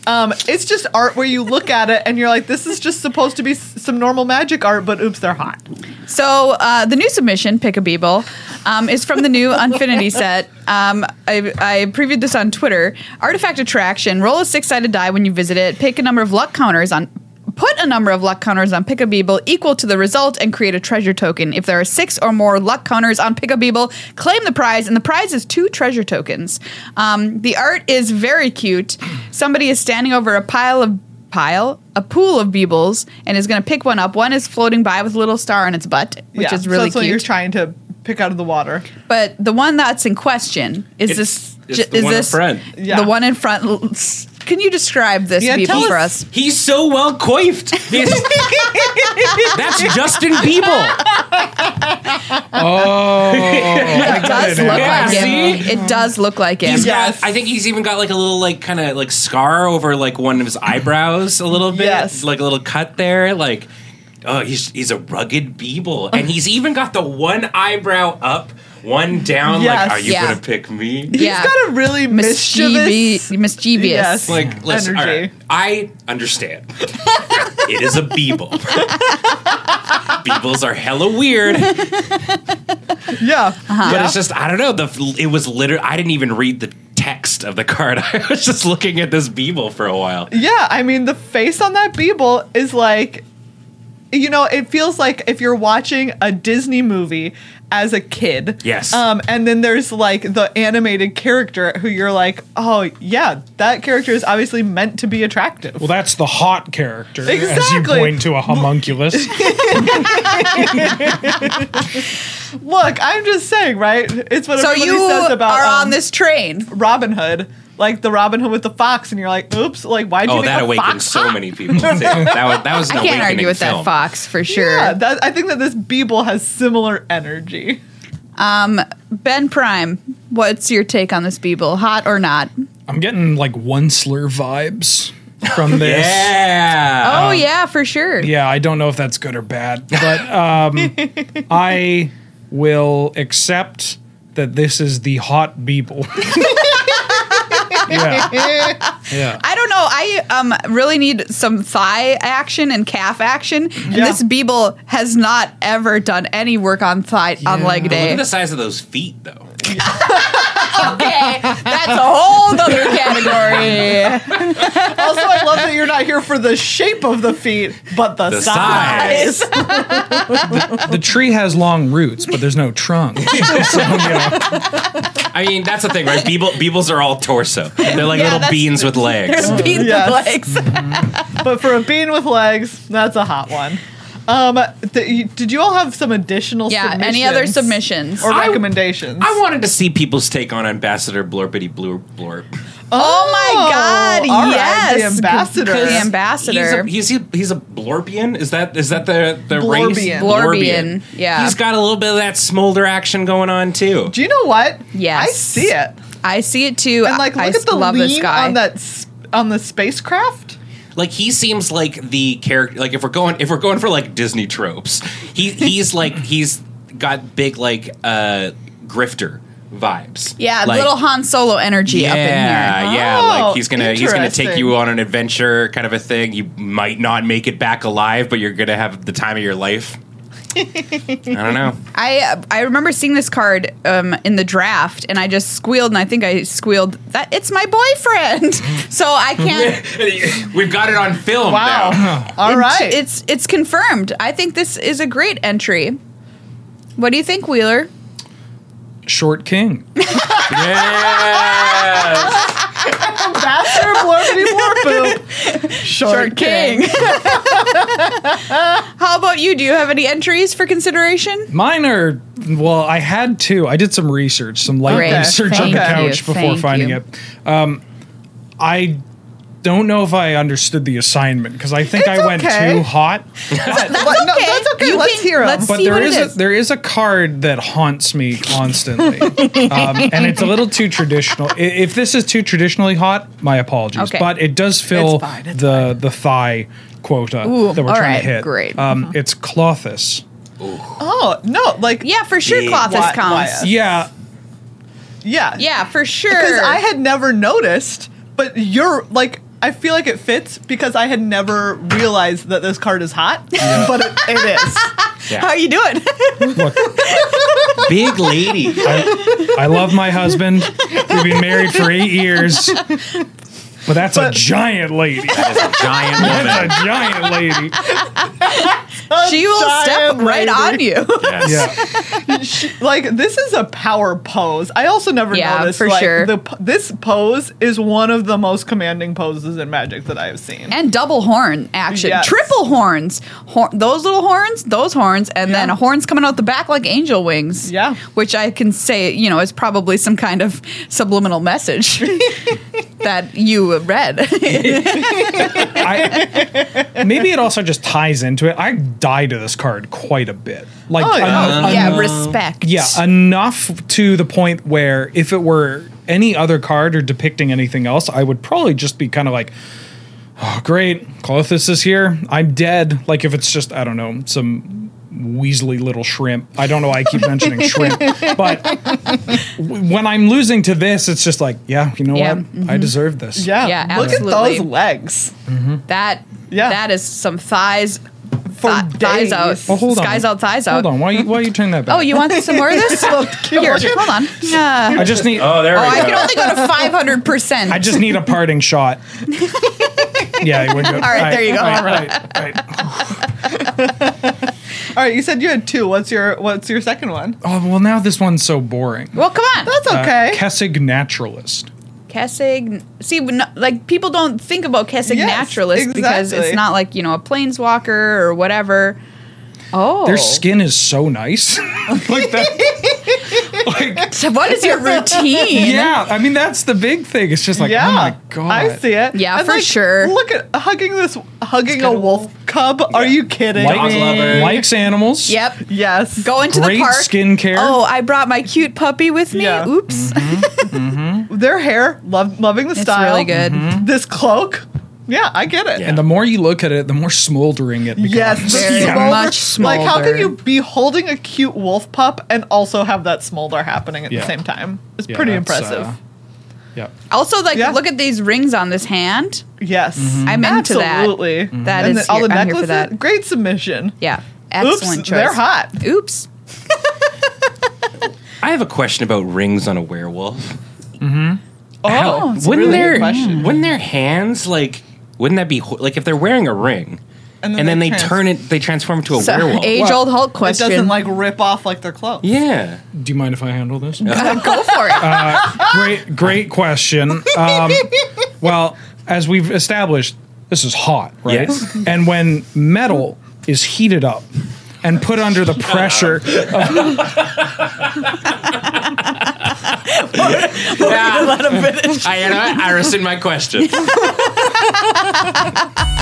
Speaker 2: Um, it's just art where you look at it and you're like, this is just supposed to be s- some normal magic art, but oops, they're hot.
Speaker 1: So uh, the new submission, Pick a Beeble, um, is from the new Unfinity set. Um, I, I previewed this on Twitter. Artifact attraction: roll a six-sided die when you visit it. Pick a number of luck counters on. Put a number of luck counters on Pick a Beeble equal to the result and create a treasure token. If there are six or more luck counters on Pick a Beeble, claim the prize, and the prize is two treasure tokens. Um, the art is very cute. Somebody is standing over a pile of pile, a pool of Beebles, and is going to pick one up. One is floating by with a little star on its butt, which
Speaker 2: Yeah,
Speaker 1: is really
Speaker 2: so that's what you're
Speaker 1: cute.
Speaker 2: trying to pick out of the water.
Speaker 1: but the one that's in question is
Speaker 4: It's-
Speaker 1: this.
Speaker 4: it's
Speaker 1: j-
Speaker 4: the
Speaker 1: is
Speaker 4: one in
Speaker 1: this
Speaker 4: front.
Speaker 2: Yeah.
Speaker 1: the one in front? L- s- Can you describe this
Speaker 2: Yeah,
Speaker 1: Beeble
Speaker 2: tell
Speaker 1: for
Speaker 2: us.
Speaker 1: us?
Speaker 4: He's so well coiffed. He's- That's Justin Bieber.
Speaker 3: Oh,
Speaker 1: It does look
Speaker 4: Yeah,
Speaker 1: like him.
Speaker 4: see?
Speaker 1: It does look like him.
Speaker 4: He's
Speaker 2: Yes.
Speaker 4: got, I think he's even got like a little like kind of like scar over like one of his eyebrows a little bit.
Speaker 2: Yes.
Speaker 4: Like a little cut there. Like, oh, he's, he's a rugged Beeble. And he's even got the one eyebrow up, one down.
Speaker 2: Yes.
Speaker 4: Like, are you
Speaker 1: Yeah.
Speaker 4: going to pick me?
Speaker 1: Yeah.
Speaker 2: He's got a really mischievous.
Speaker 1: Mischievous. mischievous.
Speaker 2: Yes.
Speaker 4: Like, listen, all
Speaker 2: Energy.
Speaker 4: right, I understand. it is a Beeble. Beebles are hella weird,
Speaker 2: Yeah.
Speaker 4: but
Speaker 2: Yeah.
Speaker 4: it's just I don't know. The it was literally I didn't even read the text of the card. I was just looking at this Beeble for a while.
Speaker 2: Yeah, I mean the face on that Beeble is like you know, it feels like if you're watching a Disney movie as a kid.
Speaker 4: Yes.
Speaker 2: Um, and then there's like the animated character who you're like, oh yeah, that character is obviously meant to be attractive.
Speaker 3: Well, that's the hot character as you
Speaker 2: Exactly.
Speaker 3: point to a homunculus.
Speaker 2: Look, I'm just saying, right? It's what
Speaker 1: So
Speaker 2: everybody
Speaker 1: you
Speaker 2: says about
Speaker 1: are on
Speaker 2: um,
Speaker 1: this train.
Speaker 2: Robin Hood, like the Robin Hood with the fox, and you're like, oops, like why'd you
Speaker 4: Oh,
Speaker 2: make
Speaker 4: that
Speaker 2: a
Speaker 4: awakened
Speaker 2: fox
Speaker 4: so
Speaker 2: hot?
Speaker 4: many people. too. That was that was an
Speaker 1: I can't
Speaker 4: awakening
Speaker 1: argue with
Speaker 4: film.
Speaker 1: that fox for sure.
Speaker 2: Yeah, that, I think that this Beeble has similar energy.
Speaker 1: ben Prime, what's your take on this Beeble? Hot or not?
Speaker 3: I'm getting like one slur vibes from this.
Speaker 4: Yeah.
Speaker 1: oh yeah, for sure.
Speaker 3: Yeah, I don't know if that's good or bad, but um, I will accept that this is the hot Beeple. yeah. Yeah.
Speaker 1: I don't know. I um really need some thigh action and calf action. And
Speaker 2: Yeah.
Speaker 1: this Beeble has not ever done any work on thigh on leg
Speaker 4: Look at
Speaker 1: day.
Speaker 4: the size of those feet, though.
Speaker 1: okay, that's a whole other category.
Speaker 2: Also, I love that you're not here for the shape of the feet, but the,
Speaker 4: The
Speaker 2: size.
Speaker 4: size.
Speaker 3: The tree has long roots, but there's no trunk. So, you know,
Speaker 4: I mean, that's the thing, right? Beeble, beebles are all torso. They're like
Speaker 1: Yeah,
Speaker 4: little
Speaker 1: that's-
Speaker 4: beans with legs.
Speaker 1: Beat the
Speaker 2: Yes.
Speaker 1: legs.
Speaker 2: But for a bean with legs, that's a hot one. Um, th- you- did you all have some additional?
Speaker 1: Yeah, any other submissions?
Speaker 2: or
Speaker 4: I-
Speaker 2: recommendations?
Speaker 4: I wanted to see people's take on Ambassador Blorpity Blue Blorp.
Speaker 1: Oh my God!
Speaker 2: all right,
Speaker 1: yes,
Speaker 2: the ambassador.
Speaker 1: The ambassador.
Speaker 4: He's a, he's, he's a Blorpian. Is that is that the the race?
Speaker 2: Blorbian.
Speaker 1: Blorbian, yeah.
Speaker 4: He's got a little bit of that smolder action going on too.
Speaker 2: Do you know what?
Speaker 1: Yes.
Speaker 2: I see it.
Speaker 1: I see it too.
Speaker 2: And like, look
Speaker 1: I
Speaker 2: at the
Speaker 1: love this
Speaker 2: lean
Speaker 1: guy.
Speaker 2: on that s- on the spacecraft.
Speaker 4: Like he seems like the character. Like if we're going if we're going for like Disney tropes, he he's like he's got big like uh grifter vibes.
Speaker 1: yeah,
Speaker 4: like,
Speaker 1: little Han Solo energy
Speaker 4: Yeah,
Speaker 1: up in here.
Speaker 4: yeah,
Speaker 2: Oh,
Speaker 4: like he's gonna he's gonna take
Speaker 2: interesting.
Speaker 4: you on an adventure, kind of a thing. You might not make it back alive, but you're gonna have the time of your life. I don't know.
Speaker 1: I I remember seeing this card um, in the draft, and I just squealed, and I think I squealed that it's my boyfriend. so I can't.
Speaker 4: We've got it on film
Speaker 2: Wow.
Speaker 4: now.
Speaker 2: All
Speaker 1: it-
Speaker 2: right.
Speaker 1: it's it's confirmed. I think this is a great entry. What do you think, Wheeler?
Speaker 3: short king.
Speaker 4: Yes.
Speaker 2: Ambassador Blorpity Blorpoop. Short,
Speaker 1: How about you? Do you have any entries for consideration?
Speaker 3: Mine are well. I had two. I did some research, some light
Speaker 1: Great.
Speaker 3: research on
Speaker 1: Thank
Speaker 3: the
Speaker 1: you.
Speaker 3: couch before
Speaker 1: Thank
Speaker 3: finding
Speaker 1: you.
Speaker 3: it. Um, I don't know if I understood the assignment because I think
Speaker 2: It's
Speaker 3: I went
Speaker 2: okay.
Speaker 3: too hot.
Speaker 1: That's
Speaker 2: What? No, that's okay.
Speaker 1: You
Speaker 2: Let's
Speaker 1: can-
Speaker 2: hear 'em.
Speaker 1: Let's
Speaker 3: But
Speaker 1: see
Speaker 3: there
Speaker 1: what
Speaker 3: is,
Speaker 1: it is.
Speaker 3: a, there is a card that haunts me constantly, um, and it's a little too traditional. I- If this is too traditionally hot, my apologies.
Speaker 1: Okay.
Speaker 3: But it does fill
Speaker 2: It's fine, it's
Speaker 3: the the thigh quota
Speaker 1: Ooh,
Speaker 3: that we're
Speaker 1: all
Speaker 3: trying
Speaker 1: right,
Speaker 3: to hit.
Speaker 1: great. Uh-huh.
Speaker 3: Um, It's Clothis.
Speaker 2: Oh no! Like
Speaker 1: yeah, for sure,
Speaker 4: Big
Speaker 1: Clothis
Speaker 2: Wy-
Speaker 1: counts.
Speaker 2: Wyeth.
Speaker 3: Yeah,
Speaker 2: yeah,
Speaker 1: Yeah, for sure.
Speaker 2: Because I had never noticed, but you're like. I feel like it fits because I had never realized that this card is hot, but it, it is.
Speaker 1: How
Speaker 4: Yeah.
Speaker 1: are you doing?
Speaker 3: look,
Speaker 4: Big lady.
Speaker 3: I, I love my husband. We've been married for eight years, but that's a
Speaker 2: But-
Speaker 3: giant lady.
Speaker 4: Giant
Speaker 3: That's a
Speaker 4: woman.
Speaker 3: giant lady.
Speaker 1: she will step
Speaker 2: Giant
Speaker 1: right
Speaker 2: lady.
Speaker 1: on you.
Speaker 4: Yes.
Speaker 3: Yeah.
Speaker 2: Like this is a power pose. I also never
Speaker 1: Yeah,
Speaker 2: noticed.
Speaker 1: for
Speaker 2: like,
Speaker 1: sure.
Speaker 2: The, p- this pose is one of the most commanding poses in Magic that I have seen.
Speaker 1: and double horn action,
Speaker 2: Yes.
Speaker 1: triple horns, Hor- those little horns, those horns, and then
Speaker 2: Yeah.
Speaker 1: horns coming out the back like angel wings.
Speaker 2: Yeah.
Speaker 1: which I can say, you know, is probably some kind of subliminal message that you read.
Speaker 3: I, maybe it also just ties into it. I die to this card quite a bit. Like,
Speaker 2: Oh, yeah.
Speaker 3: enough-
Speaker 1: yeah, respect.
Speaker 3: yeah, enough to the point where if it were any other card or depicting anything else, I would probably just be kind of like, oh, great, Clothis is here. I'm dead. Like, if it's just, I don't know, some weaselly little shrimp. I don't know why I keep mentioning shrimp, but w- when I'm losing to this, it's just like, yeah, you know
Speaker 1: Yeah, mm-hmm.
Speaker 3: what? I deserve this.
Speaker 2: Yeah,
Speaker 1: Yeah,
Speaker 2: look
Speaker 1: absolutely.
Speaker 2: at those legs.
Speaker 1: that
Speaker 2: Yeah.
Speaker 1: that is some thighs,
Speaker 2: For
Speaker 1: thi- thighs
Speaker 2: days.
Speaker 1: out,
Speaker 3: Well, hold on.
Speaker 1: skies out, thighs out.
Speaker 3: Hold on. Why you, why you turn that back?
Speaker 1: Oh, you want some more of this? Here, hold on. Yeah.
Speaker 3: I just need.
Speaker 4: Oh, there
Speaker 1: Oh,
Speaker 4: we
Speaker 1: I
Speaker 4: go.
Speaker 1: can only go to five hundred percent.
Speaker 3: I just need a parting shot. yeah, it would go. All
Speaker 1: right, there you go.
Speaker 3: Right, right, right.
Speaker 2: All right, you said you had two. What's your What's your second one?
Speaker 3: Oh well, now this one's so boring.
Speaker 1: Well, come on.
Speaker 2: That's
Speaker 3: Uh,
Speaker 2: okay.
Speaker 3: Kessig naturalist.
Speaker 1: Kessig. See, but no- like people don't think about Kessig
Speaker 2: Yes,
Speaker 1: naturalist because
Speaker 2: exactly.
Speaker 1: it's not like you know a planeswalker or whatever. Oh,
Speaker 3: Their skin is so nice. like that. like
Speaker 1: So what is your routine?
Speaker 3: yeah, I mean that's the big thing. It's just like
Speaker 2: yeah,
Speaker 3: oh my god.
Speaker 2: I see it.
Speaker 1: Yeah, for sure.
Speaker 2: Look at hugging this, hugging a
Speaker 3: got a
Speaker 2: wolf cub. Are you kidding?
Speaker 4: Dogs love
Speaker 3: Likes,
Speaker 4: it.
Speaker 3: likes animals.
Speaker 1: Yep.
Speaker 2: Yes.
Speaker 1: Go into
Speaker 3: Great
Speaker 1: the park.
Speaker 3: skincare. Mm-hmm.
Speaker 1: Oh, I brought my cute puppy with me.
Speaker 2: Yeah.
Speaker 1: Oops.
Speaker 2: Their hair, love, loving the
Speaker 1: It's
Speaker 2: style.
Speaker 1: really good.
Speaker 2: This cloak. Yeah, I get it.
Speaker 4: Yeah.
Speaker 3: Mm-hmm. And the more you look at it, the more smoldering it becomes.
Speaker 2: Yes, the
Speaker 1: Very
Speaker 2: smolder-
Speaker 1: much
Speaker 2: Like, how
Speaker 1: smolder.
Speaker 2: can you be holding a cute wolf pup and also have that smolder happening at
Speaker 3: Yeah.
Speaker 2: the same time? It's
Speaker 3: Yeah,
Speaker 2: pretty
Speaker 3: that's,
Speaker 2: impressive.
Speaker 3: uh, yep.
Speaker 1: Also, like,
Speaker 2: Yeah.
Speaker 1: look at these rings on this hand.
Speaker 2: yes,
Speaker 3: Mm-hmm.
Speaker 1: I'm into that. Mm-hmm.
Speaker 2: absolutely.
Speaker 1: That
Speaker 2: and
Speaker 1: is
Speaker 2: all the
Speaker 1: here- I'm here for
Speaker 2: necklaces.
Speaker 1: that.
Speaker 2: Great submission.
Speaker 1: Yeah.
Speaker 2: Oops,
Speaker 1: Excellent choice.
Speaker 2: they're hot.
Speaker 1: Oops.
Speaker 4: I have a question about rings on a werewolf. How-
Speaker 2: it's Oh, a
Speaker 4: wouldn't
Speaker 2: really good
Speaker 4: their
Speaker 2: question.
Speaker 4: wouldn't their hands like wouldn't that be ho- like if they're wearing a ring and then, they,
Speaker 2: trans-
Speaker 4: turn it they transform into a
Speaker 1: So,
Speaker 4: werewolf?
Speaker 1: age old Hulk
Speaker 2: It
Speaker 1: question.
Speaker 2: doesn't like rip off like their clothes.
Speaker 4: yeah,
Speaker 3: Do you mind if I handle this?
Speaker 1: Go for it.
Speaker 3: great, great question. Um, well, as we've established, this is hot, right?
Speaker 4: Yes.
Speaker 3: And when metal is heated up and put under the pressure,
Speaker 4: Yeah,
Speaker 1: Let him finish.
Speaker 4: I, you know what? I rescind my question.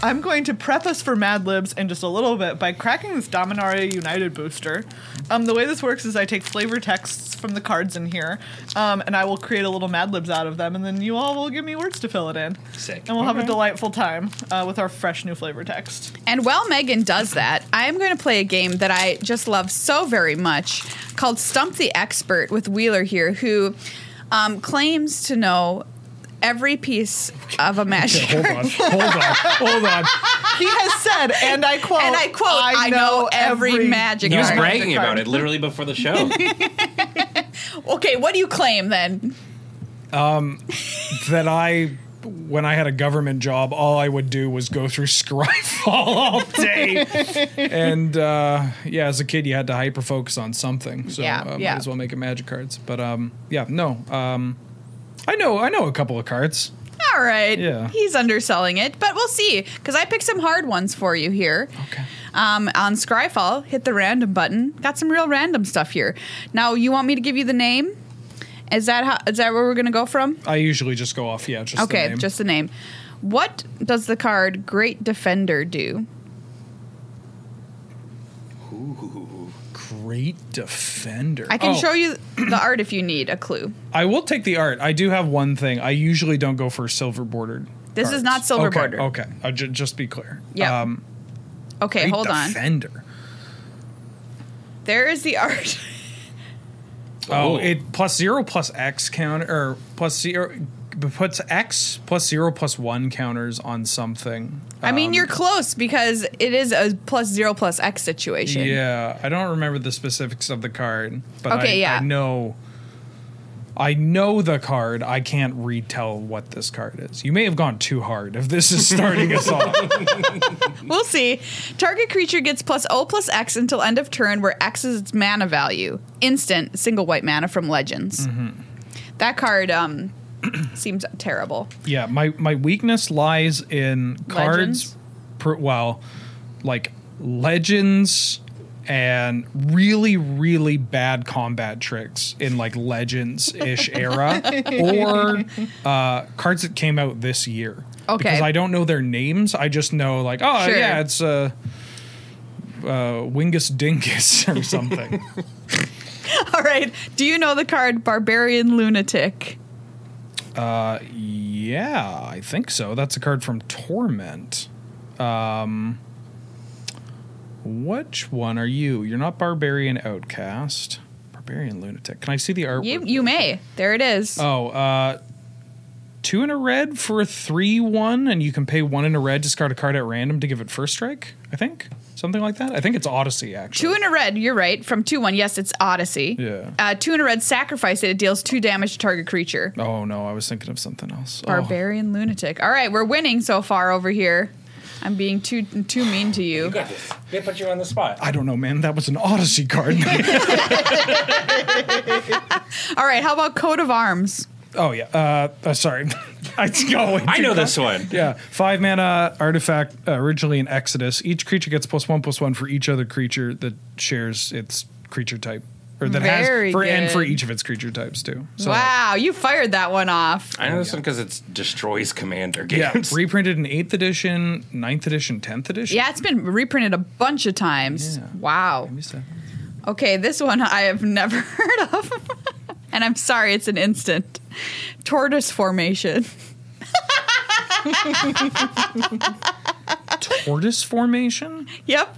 Speaker 2: I'm going to preface for Mad Libs in just a little bit by cracking this Dominaria United booster. Um, the way this works is I take flavor texts from the cards in here, um, and I will create a little Mad Libs out of them, and then you all will give me words to fill it in.
Speaker 4: Sick.
Speaker 2: And we'll have a delightful time uh, with our fresh new flavor text.
Speaker 1: And while Megan does that, I'm going to play a game that I just love so very much called Stump the Expert with Wheeler here, who um, claims to know every piece of a magic.
Speaker 3: hold on, hold on, hold on.
Speaker 2: He has said, and I quote,
Speaker 1: And I quote, Oh, I, know, every, magic
Speaker 4: He was
Speaker 1: card.
Speaker 4: bragging about it literally before the show. Oh.
Speaker 1: Okay, what do you claim then?
Speaker 3: That I, when I had a government job, all I would do was go through Scryfall all day. and uh, yeah, as a kid, you had to hyper focus on something. So
Speaker 1: Yeah,
Speaker 3: uh,
Speaker 1: yeah.
Speaker 3: might as well make it magic cards. But um, yeah, no. Um, I know, I know a couple of cards.
Speaker 1: All right.
Speaker 3: Yeah.
Speaker 1: He's underselling it, but we'll see because I picked some hard ones for you here.
Speaker 3: Okay.
Speaker 1: Um, on Scryfall, hit the random button. Got some real random stuff here. Now, you want me to give you the name? Is that how? Is that where we're gonna go from?
Speaker 3: I usually just go off, yeah, just
Speaker 1: okay,
Speaker 3: the name.
Speaker 1: just the name. What does the card Great Defender do?
Speaker 3: Great defender.
Speaker 1: I can
Speaker 3: Oh,
Speaker 1: show you the art if you need a clue.
Speaker 3: I will take the art. I do have one thing. I usually don't go for silver bordered.
Speaker 1: This is not silver
Speaker 3: okay,
Speaker 1: bordered.
Speaker 3: Okay. Uh, ju- just be clear. Um,
Speaker 1: Yeah. Okay,
Speaker 3: great
Speaker 1: hold on.
Speaker 3: Defender.
Speaker 1: There is the art.
Speaker 3: Oh,
Speaker 4: Oh.
Speaker 3: it plus zero plus X counter or plus zero b- puts X plus zero plus one counters on something.
Speaker 1: I mean,
Speaker 3: Um,
Speaker 1: you're close because it is a plus zero plus X situation.
Speaker 3: Yeah, I don't remember the specifics of the card, but I,
Speaker 1: Okay, yeah.
Speaker 3: I know. I know the card. I can't retell what this card is. You may have gone too hard if this is starting us off.
Speaker 1: We'll see. Target creature gets plus O plus X until end of turn, where X is its mana value. Instant single white mana from Legends.
Speaker 3: Mm-hmm.
Speaker 1: That card um, seems terrible.
Speaker 3: Yeah, my my weakness lies in
Speaker 1: Legends?
Speaker 3: cards. Per, well, like legends and really really bad combat tricks in like legends ish era or uh, cards that came out this year.
Speaker 1: Okay.
Speaker 3: Because I don't know their names. I just know like oh
Speaker 1: Sure.
Speaker 3: yeah it's uh, uh, Wingus Dingus or something.
Speaker 1: All right. Do you know the card Barbarian Lunatic?
Speaker 3: yeah, I think so. That's a card from Torment. Um, which one are you? You're not Barbarian Outcast. Barbarian Lunatic. Can I see the artwork?
Speaker 1: You you may. There it is.
Speaker 3: Oh, uh, two in a red for a three one, and you can pay one in a red, discard a card at random to give it first strike. I think something like that. I think it's Odyssey actually.
Speaker 1: Two in a red, you're right. From 2 1, yes, it's Odyssey.
Speaker 3: Yeah.
Speaker 1: Uh, two in a red, sacrifice it. It deals two damage to target creature.
Speaker 3: oh no, I was thinking of something else. Oh.
Speaker 1: Barbarian Lunatic. All right, we're winning so far over here. I'm being too too mean to you.
Speaker 4: They put you on the spot.
Speaker 3: I don't know, man. That was an Odyssey card.
Speaker 1: All right, how about coat of arms?
Speaker 3: oh yeah. Uh, uh, sorry. I oh, go. way
Speaker 4: I
Speaker 3: too
Speaker 4: know
Speaker 3: fast.
Speaker 4: this one.
Speaker 3: Yeah, five mana artifact uh, originally in Exodus. Each creature gets plus one plus one for each other creature that shares its creature type, or that
Speaker 1: Very
Speaker 3: has for and for
Speaker 1: good.
Speaker 3: each of its creature types too. So,
Speaker 1: Wow, you fired that one off.
Speaker 4: I know this one because it destroys commander
Speaker 3: Yeah,
Speaker 4: games.
Speaker 3: reprinted in eighth edition, 9th edition, tenth edition.
Speaker 1: Yeah, it's been reprinted a bunch of times.
Speaker 3: Yeah.
Speaker 1: Wow.
Speaker 3: I missed that.
Speaker 1: Okay, this one I have never heard of. and I'm sorry, it's an instant. Tortoise formation.
Speaker 3: Tortoise formation.
Speaker 1: Yep.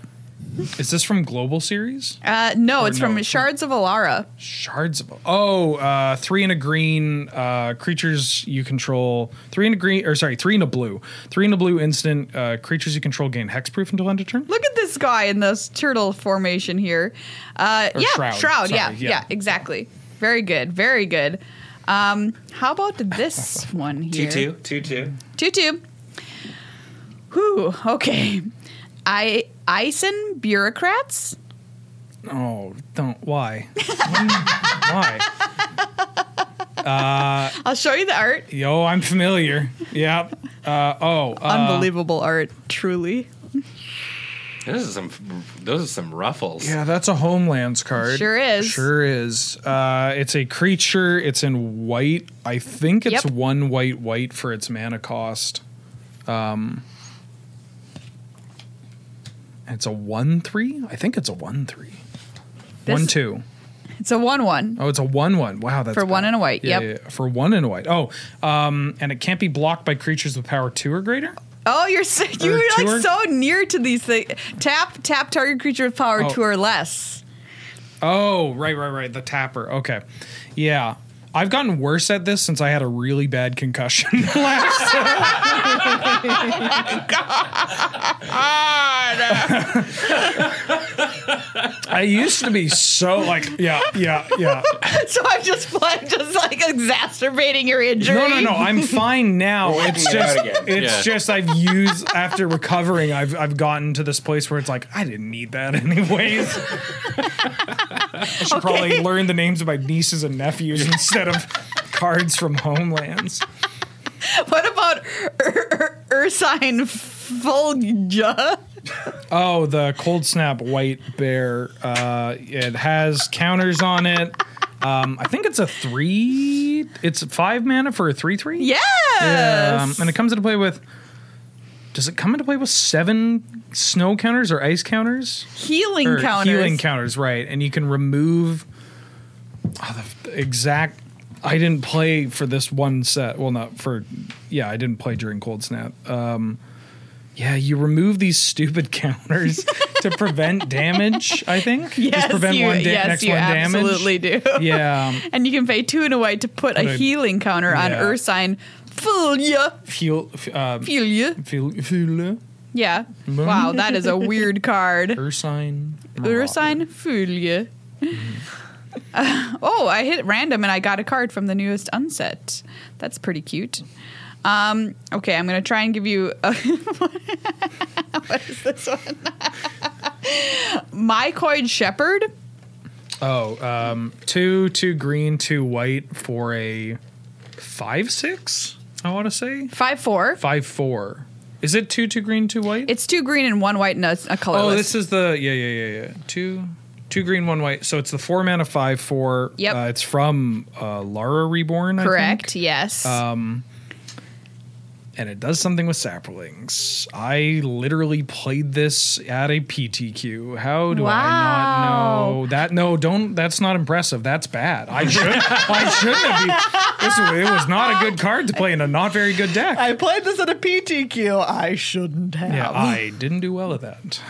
Speaker 3: Is this from Global Series?
Speaker 1: Uh, no,
Speaker 3: Or
Speaker 1: it's
Speaker 3: Oh, no,
Speaker 1: from
Speaker 3: it's from-
Speaker 1: Shards of Alara.
Speaker 3: Shards of oh, uh, three and a green uh, creatures you control. Three and a green, or sorry, three and a blue. Three and a blue instant uh, creatures you control gain hexproof until end of turn.
Speaker 1: Look at this guy in this turtle formation here. Uh, yeah,
Speaker 3: shroud,
Speaker 1: shroud.
Speaker 3: sorry,
Speaker 1: yeah, yeah,
Speaker 3: yeah.
Speaker 1: exactly. Very good. Very good. Um, how about this one here?
Speaker 4: Two, two, two.
Speaker 1: Two two. Whew. Okay. I ISIN bureaucrats.
Speaker 3: Oh, don't. Why? why?
Speaker 1: I'll show you the art.
Speaker 3: Yo, I'm familiar. Yep. Uh, oh, uh,
Speaker 1: Unbelievable art, truly.
Speaker 4: Those are some. Those are some ruffles.
Speaker 3: Yeah, that's a Homelands card.
Speaker 1: Sure is.
Speaker 3: Sure is. Uh, it's a creature. It's in white. I think it's
Speaker 1: Yep.
Speaker 3: one white white for its mana cost. Um, it's a one three. I think it's a one three.
Speaker 1: This-
Speaker 3: one two.
Speaker 1: It's a one one.
Speaker 3: Oh, it's a one one. Wow, that's
Speaker 1: For one
Speaker 3: bad.
Speaker 1: and a white,
Speaker 3: Yeah,
Speaker 1: yep.
Speaker 3: yeah, for one and a white. Oh, um, and it can't be blocked by creatures with power two or greater.
Speaker 1: Oh, you're so, you're
Speaker 3: two
Speaker 1: like
Speaker 3: or-
Speaker 1: so near to these things. Tap tap target creature with power
Speaker 3: Oh.
Speaker 1: two or less.
Speaker 3: Oh, right, right, right. The tapper. Okay. Yeah. I've gotten worse at this since I had a really bad concussion last. I used to be so like, yeah, yeah, yeah.
Speaker 1: so I'm just I'm just like exacerbating your injury.
Speaker 3: No, no, no. I'm fine now. It's
Speaker 4: working it out
Speaker 3: just, it's
Speaker 4: again. Yeah. just
Speaker 3: just I've used after recovering. I've I've gotten to this place where it's like I didn't need that anyways. I should probably learn the names of my nieces and nephews instead of cards from Homelands.
Speaker 1: What about Ur- Ur- Ursine Fulgia?
Speaker 3: Oh, the cold snap white bear. Uh, it has counters on it. Um, I think it's a three. It's five mana for a three three.
Speaker 1: Yes.
Speaker 3: Um, and it comes into play with. Does it come into play with seven snow counters or ice counters?
Speaker 1: healing
Speaker 3: Or
Speaker 1: counters.
Speaker 3: Healing counters, right. And you can remove oh, the f- exact. I didn't play for this one set. Well, not for. Yeah, I didn't play during Cold Snap. Um, yeah, you remove these stupid counters to prevent damage, I think. Just
Speaker 1: Yes,
Speaker 3: prevent
Speaker 1: you,
Speaker 3: one da-
Speaker 1: yes,
Speaker 3: next
Speaker 1: you
Speaker 3: one damage.
Speaker 1: absolutely do.
Speaker 3: Yeah, um,
Speaker 1: And you can pay two and a white to put, a,
Speaker 3: a-
Speaker 1: healing counter on
Speaker 3: yeah.
Speaker 1: Ursine Fulgia.
Speaker 3: fuel. f- Uh,
Speaker 1: Fulgia.
Speaker 3: fuel. Fuel.
Speaker 1: Yeah. Wow, that is a weird card.
Speaker 3: Ursine.
Speaker 1: Ursine Fulgia.
Speaker 3: Mm-hmm.
Speaker 1: Uh, oh, I hit random and I got a card from the newest unset. That's pretty cute. Um, okay, I'm going to try and give you. A what is this one? Mycoid Shepherd.
Speaker 3: Oh, um, two, two green, two white for a five six. I want to say
Speaker 1: 5 4.
Speaker 3: five four. Is it two, two green, two white?
Speaker 1: It's two green and one white and a, a
Speaker 3: oh,
Speaker 1: colorless.
Speaker 3: this is the yeah, yeah, yeah, yeah. Two, two green, one white. So it's the four mana five four.
Speaker 1: Yep.
Speaker 3: Uh, it's from uh, Lara Reborn. I think. Oh,
Speaker 1: Correct. Yes.
Speaker 3: and it does something with saplings. I literally played this at a PTQ. How do I
Speaker 1: Wow.
Speaker 3: not know that? No, don't. That's not impressive. That's bad. I should. I shouldn't have. Been, this, it was not a good card to play in a not very good deck.
Speaker 2: I played this at a PTQ. I shouldn't have.
Speaker 1: Uh,
Speaker 3: yeah, I didn't do well at that.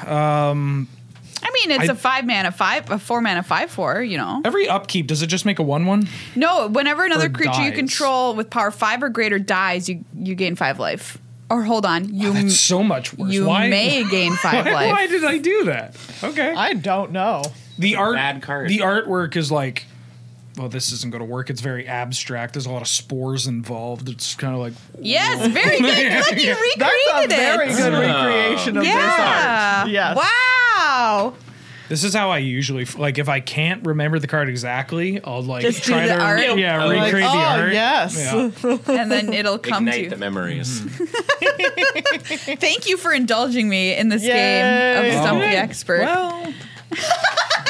Speaker 1: I mean, it's
Speaker 3: I-
Speaker 1: a five mana five, a four mana five four. You know,
Speaker 3: Every upkeep, does it just make a one one?
Speaker 1: no. Whenever another
Speaker 3: Or
Speaker 1: creature you
Speaker 3: dies.
Speaker 1: control with power five or greater dies, you you gain five life. Or hold on,
Speaker 2: Oh,
Speaker 1: you
Speaker 3: That's so much worse.
Speaker 1: you
Speaker 3: why,
Speaker 1: may gain five
Speaker 3: why,
Speaker 1: life.
Speaker 3: why did I do that? Okay.
Speaker 2: I don't know.
Speaker 3: the art
Speaker 4: bad card.
Speaker 3: the artwork is like well this isn't going to work it's very abstract there's a lot of spores involved it's kind of like
Speaker 1: Yes, very good. Look, you recreated
Speaker 2: That's a very
Speaker 1: it.
Speaker 2: good recreation of
Speaker 1: yeah.
Speaker 2: this art. Yes.
Speaker 1: Wow.
Speaker 3: this is how i usually f- like if i can't remember the card exactly i'll like
Speaker 1: Just do
Speaker 3: try
Speaker 1: the
Speaker 3: to
Speaker 1: art. Yep.
Speaker 3: yeah
Speaker 4: Like,
Speaker 3: recreate
Speaker 2: oh,
Speaker 3: the art
Speaker 2: yes.
Speaker 3: Yeah.
Speaker 1: And then it'll come
Speaker 4: Ignite
Speaker 1: to
Speaker 4: the
Speaker 1: you.
Speaker 4: memories.
Speaker 1: Thank you for indulging me in this
Speaker 2: Yay.
Speaker 1: game of Stump the
Speaker 3: Okay.
Speaker 1: Expert.
Speaker 3: well
Speaker 2: art.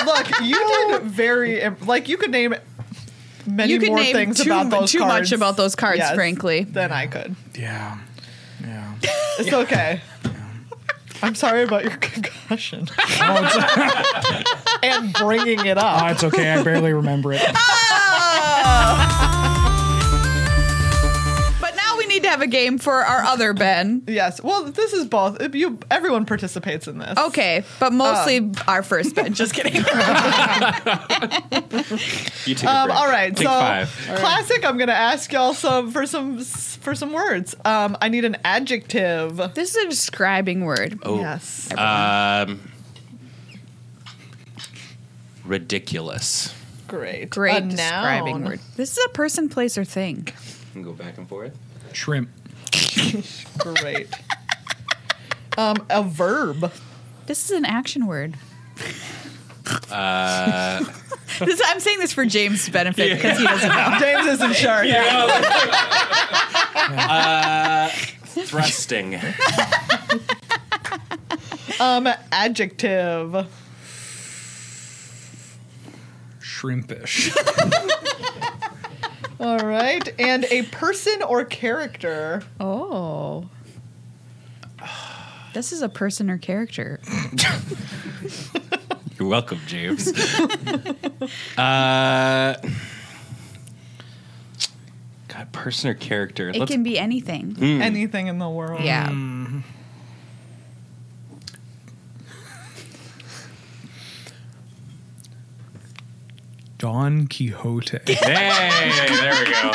Speaker 2: Look, you did very im- like you could name many
Speaker 1: you could
Speaker 2: more
Speaker 1: name
Speaker 2: things
Speaker 1: too,
Speaker 2: about
Speaker 1: mu-
Speaker 2: those
Speaker 1: too
Speaker 2: cards
Speaker 1: much about those cards,
Speaker 2: Yes.
Speaker 1: frankly.
Speaker 2: than I could.
Speaker 3: yeah yeah
Speaker 2: It's okay. I'm sorry about your concussion
Speaker 3: oh, it's,
Speaker 2: and bringing it up.
Speaker 3: oh, it's okay i barely remember it
Speaker 1: But now we need to have a game for our other Ben.
Speaker 2: Yes. Well, this is both. If You everyone participates in this.
Speaker 1: Okay, but mostly our first Ben. Oh. Just kidding.
Speaker 4: You take a
Speaker 2: Um,
Speaker 4: break.
Speaker 2: all right.
Speaker 4: Take
Speaker 2: so
Speaker 4: five.
Speaker 2: classic. I'm going to ask y'all some for some for some words. Um, I need an adjective.
Speaker 1: this is a describing word.
Speaker 4: Oh,
Speaker 2: Yes.
Speaker 4: Um, ridiculous.
Speaker 2: Great.
Speaker 1: Great
Speaker 5: A
Speaker 1: describing
Speaker 5: noun.
Speaker 1: word. This is a person, place, or thing.
Speaker 4: can go back and forth.
Speaker 3: Shrimp.
Speaker 2: Great. Um, a verb.
Speaker 1: This is an action word. Uh. This- I'm saying this for James' benefit because he doesn't know.
Speaker 2: James is in charge.
Speaker 4: Thrusting.
Speaker 2: Um, adjective.
Speaker 3: Shrimpish.
Speaker 2: All right. And a person or character.
Speaker 1: Oh. This is a person or character.
Speaker 4: You're welcome, James. uh, God, person or character?
Speaker 1: It
Speaker 4: Let's-
Speaker 1: can be anything.
Speaker 2: Anything in the world.
Speaker 1: Yeah.
Speaker 3: Don Quixote.
Speaker 4: hey, there we go.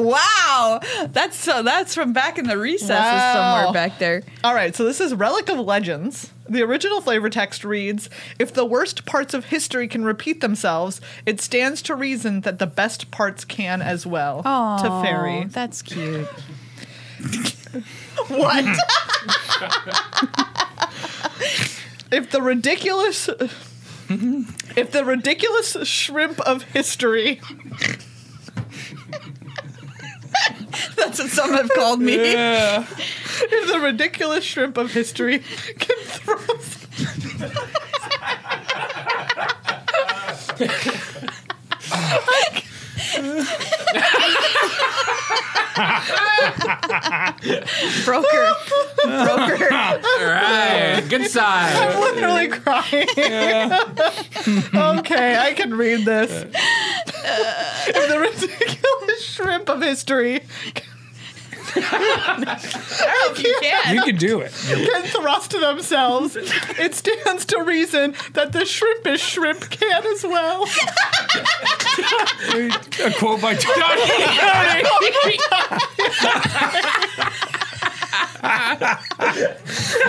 Speaker 1: Wow. That's so that's from back in the recesses
Speaker 2: Wow.
Speaker 1: somewhere back there.
Speaker 2: All right, so this is Relic of Legends. The original flavor text reads If the worst parts of history can repeat themselves, it stands to reason that the best parts can as well.
Speaker 1: Oh,
Speaker 2: to fairy.
Speaker 1: That's cute.
Speaker 2: What? if the ridiculous. If the ridiculous shrimp of history.
Speaker 1: That's what some have called me.
Speaker 2: If the ridiculous shrimp of history can throw.
Speaker 1: Broker. Broker.
Speaker 4: All right, good side.
Speaker 2: literally crying. okay, I can read this. If the ridiculous shrimp of history
Speaker 1: You can.
Speaker 3: You could do it.
Speaker 2: can thrust themselves, it stands to reason that the shrimpish shrimp can as well.
Speaker 3: A quote by Don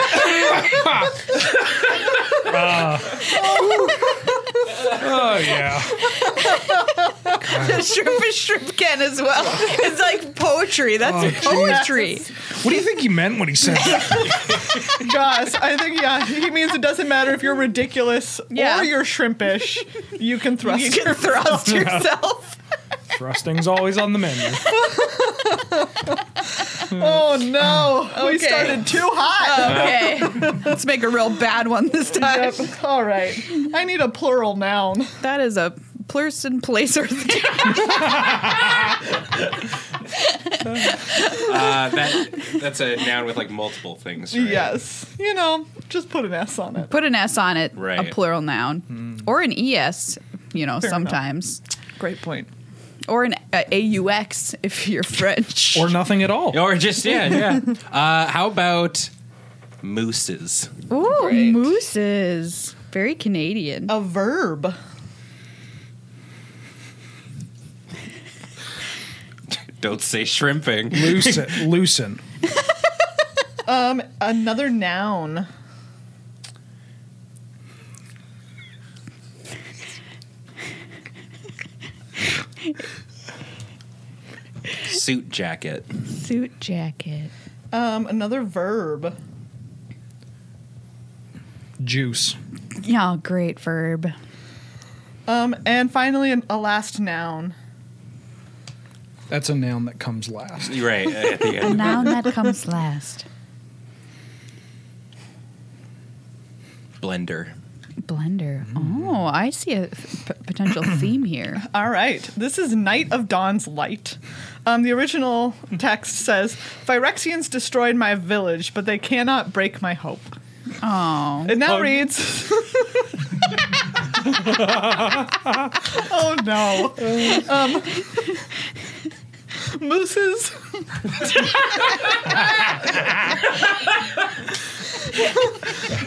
Speaker 3: Quixote. Uh, oh yeah.
Speaker 1: The shrimp is shrimp can as well. It's like poetry. That's
Speaker 3: Oh, geez.
Speaker 1: poetry.
Speaker 3: What do you think he meant when he said that?
Speaker 2: Gosh, I think yeah, he means it doesn't matter if you're ridiculous
Speaker 1: Yeah.
Speaker 2: or you're shrimpish, you can thrust.
Speaker 1: You can thrust yourself.
Speaker 3: Thrusting's always on the menu.
Speaker 2: oh no, we
Speaker 1: Okay.
Speaker 2: started too hot.
Speaker 1: Okay. Let's make a real bad one this time.
Speaker 2: Yep. All right, I need a plural noun.
Speaker 1: That is a person, place, or thing.
Speaker 4: Uh, that that's a noun with like multiple things. Right?
Speaker 2: Yes. You know, just put an S on it.
Speaker 1: Put an S on it,
Speaker 4: Right.
Speaker 1: a plural noun,
Speaker 3: Hmm.
Speaker 1: or an ES, you know,
Speaker 2: Fair enough.
Speaker 1: sometimes.
Speaker 2: Great point.
Speaker 1: Or an a- AUX if you're French.
Speaker 3: Or nothing at all.
Speaker 4: Or just yeah, yeah. Uh, how about mooses?
Speaker 1: Ooh,
Speaker 2: Great.
Speaker 1: mooses. Very Canadian.
Speaker 2: A verb.
Speaker 4: Don't say shrimping.
Speaker 3: Loosen. Loosen.
Speaker 2: Um, another noun.
Speaker 4: Suit jacket.
Speaker 1: Suit jacket.
Speaker 2: Um, another verb.
Speaker 3: Juice.
Speaker 1: Yeah, great verb.
Speaker 2: Um, and finally, an, a last noun.
Speaker 3: That's a noun that comes last.
Speaker 4: You're Right uh, at the
Speaker 1: A
Speaker 4: end.
Speaker 1: noun that comes last.
Speaker 4: Blender.
Speaker 1: Blender. Oh, I see a p- potential theme here.
Speaker 2: All right. This is Night of Dawn's Light. Um, the original text says Phyrexians destroyed my village, but they cannot break my hope.
Speaker 1: Oh.
Speaker 2: And that
Speaker 3: Um,
Speaker 2: reads. oh no. Um, mooses.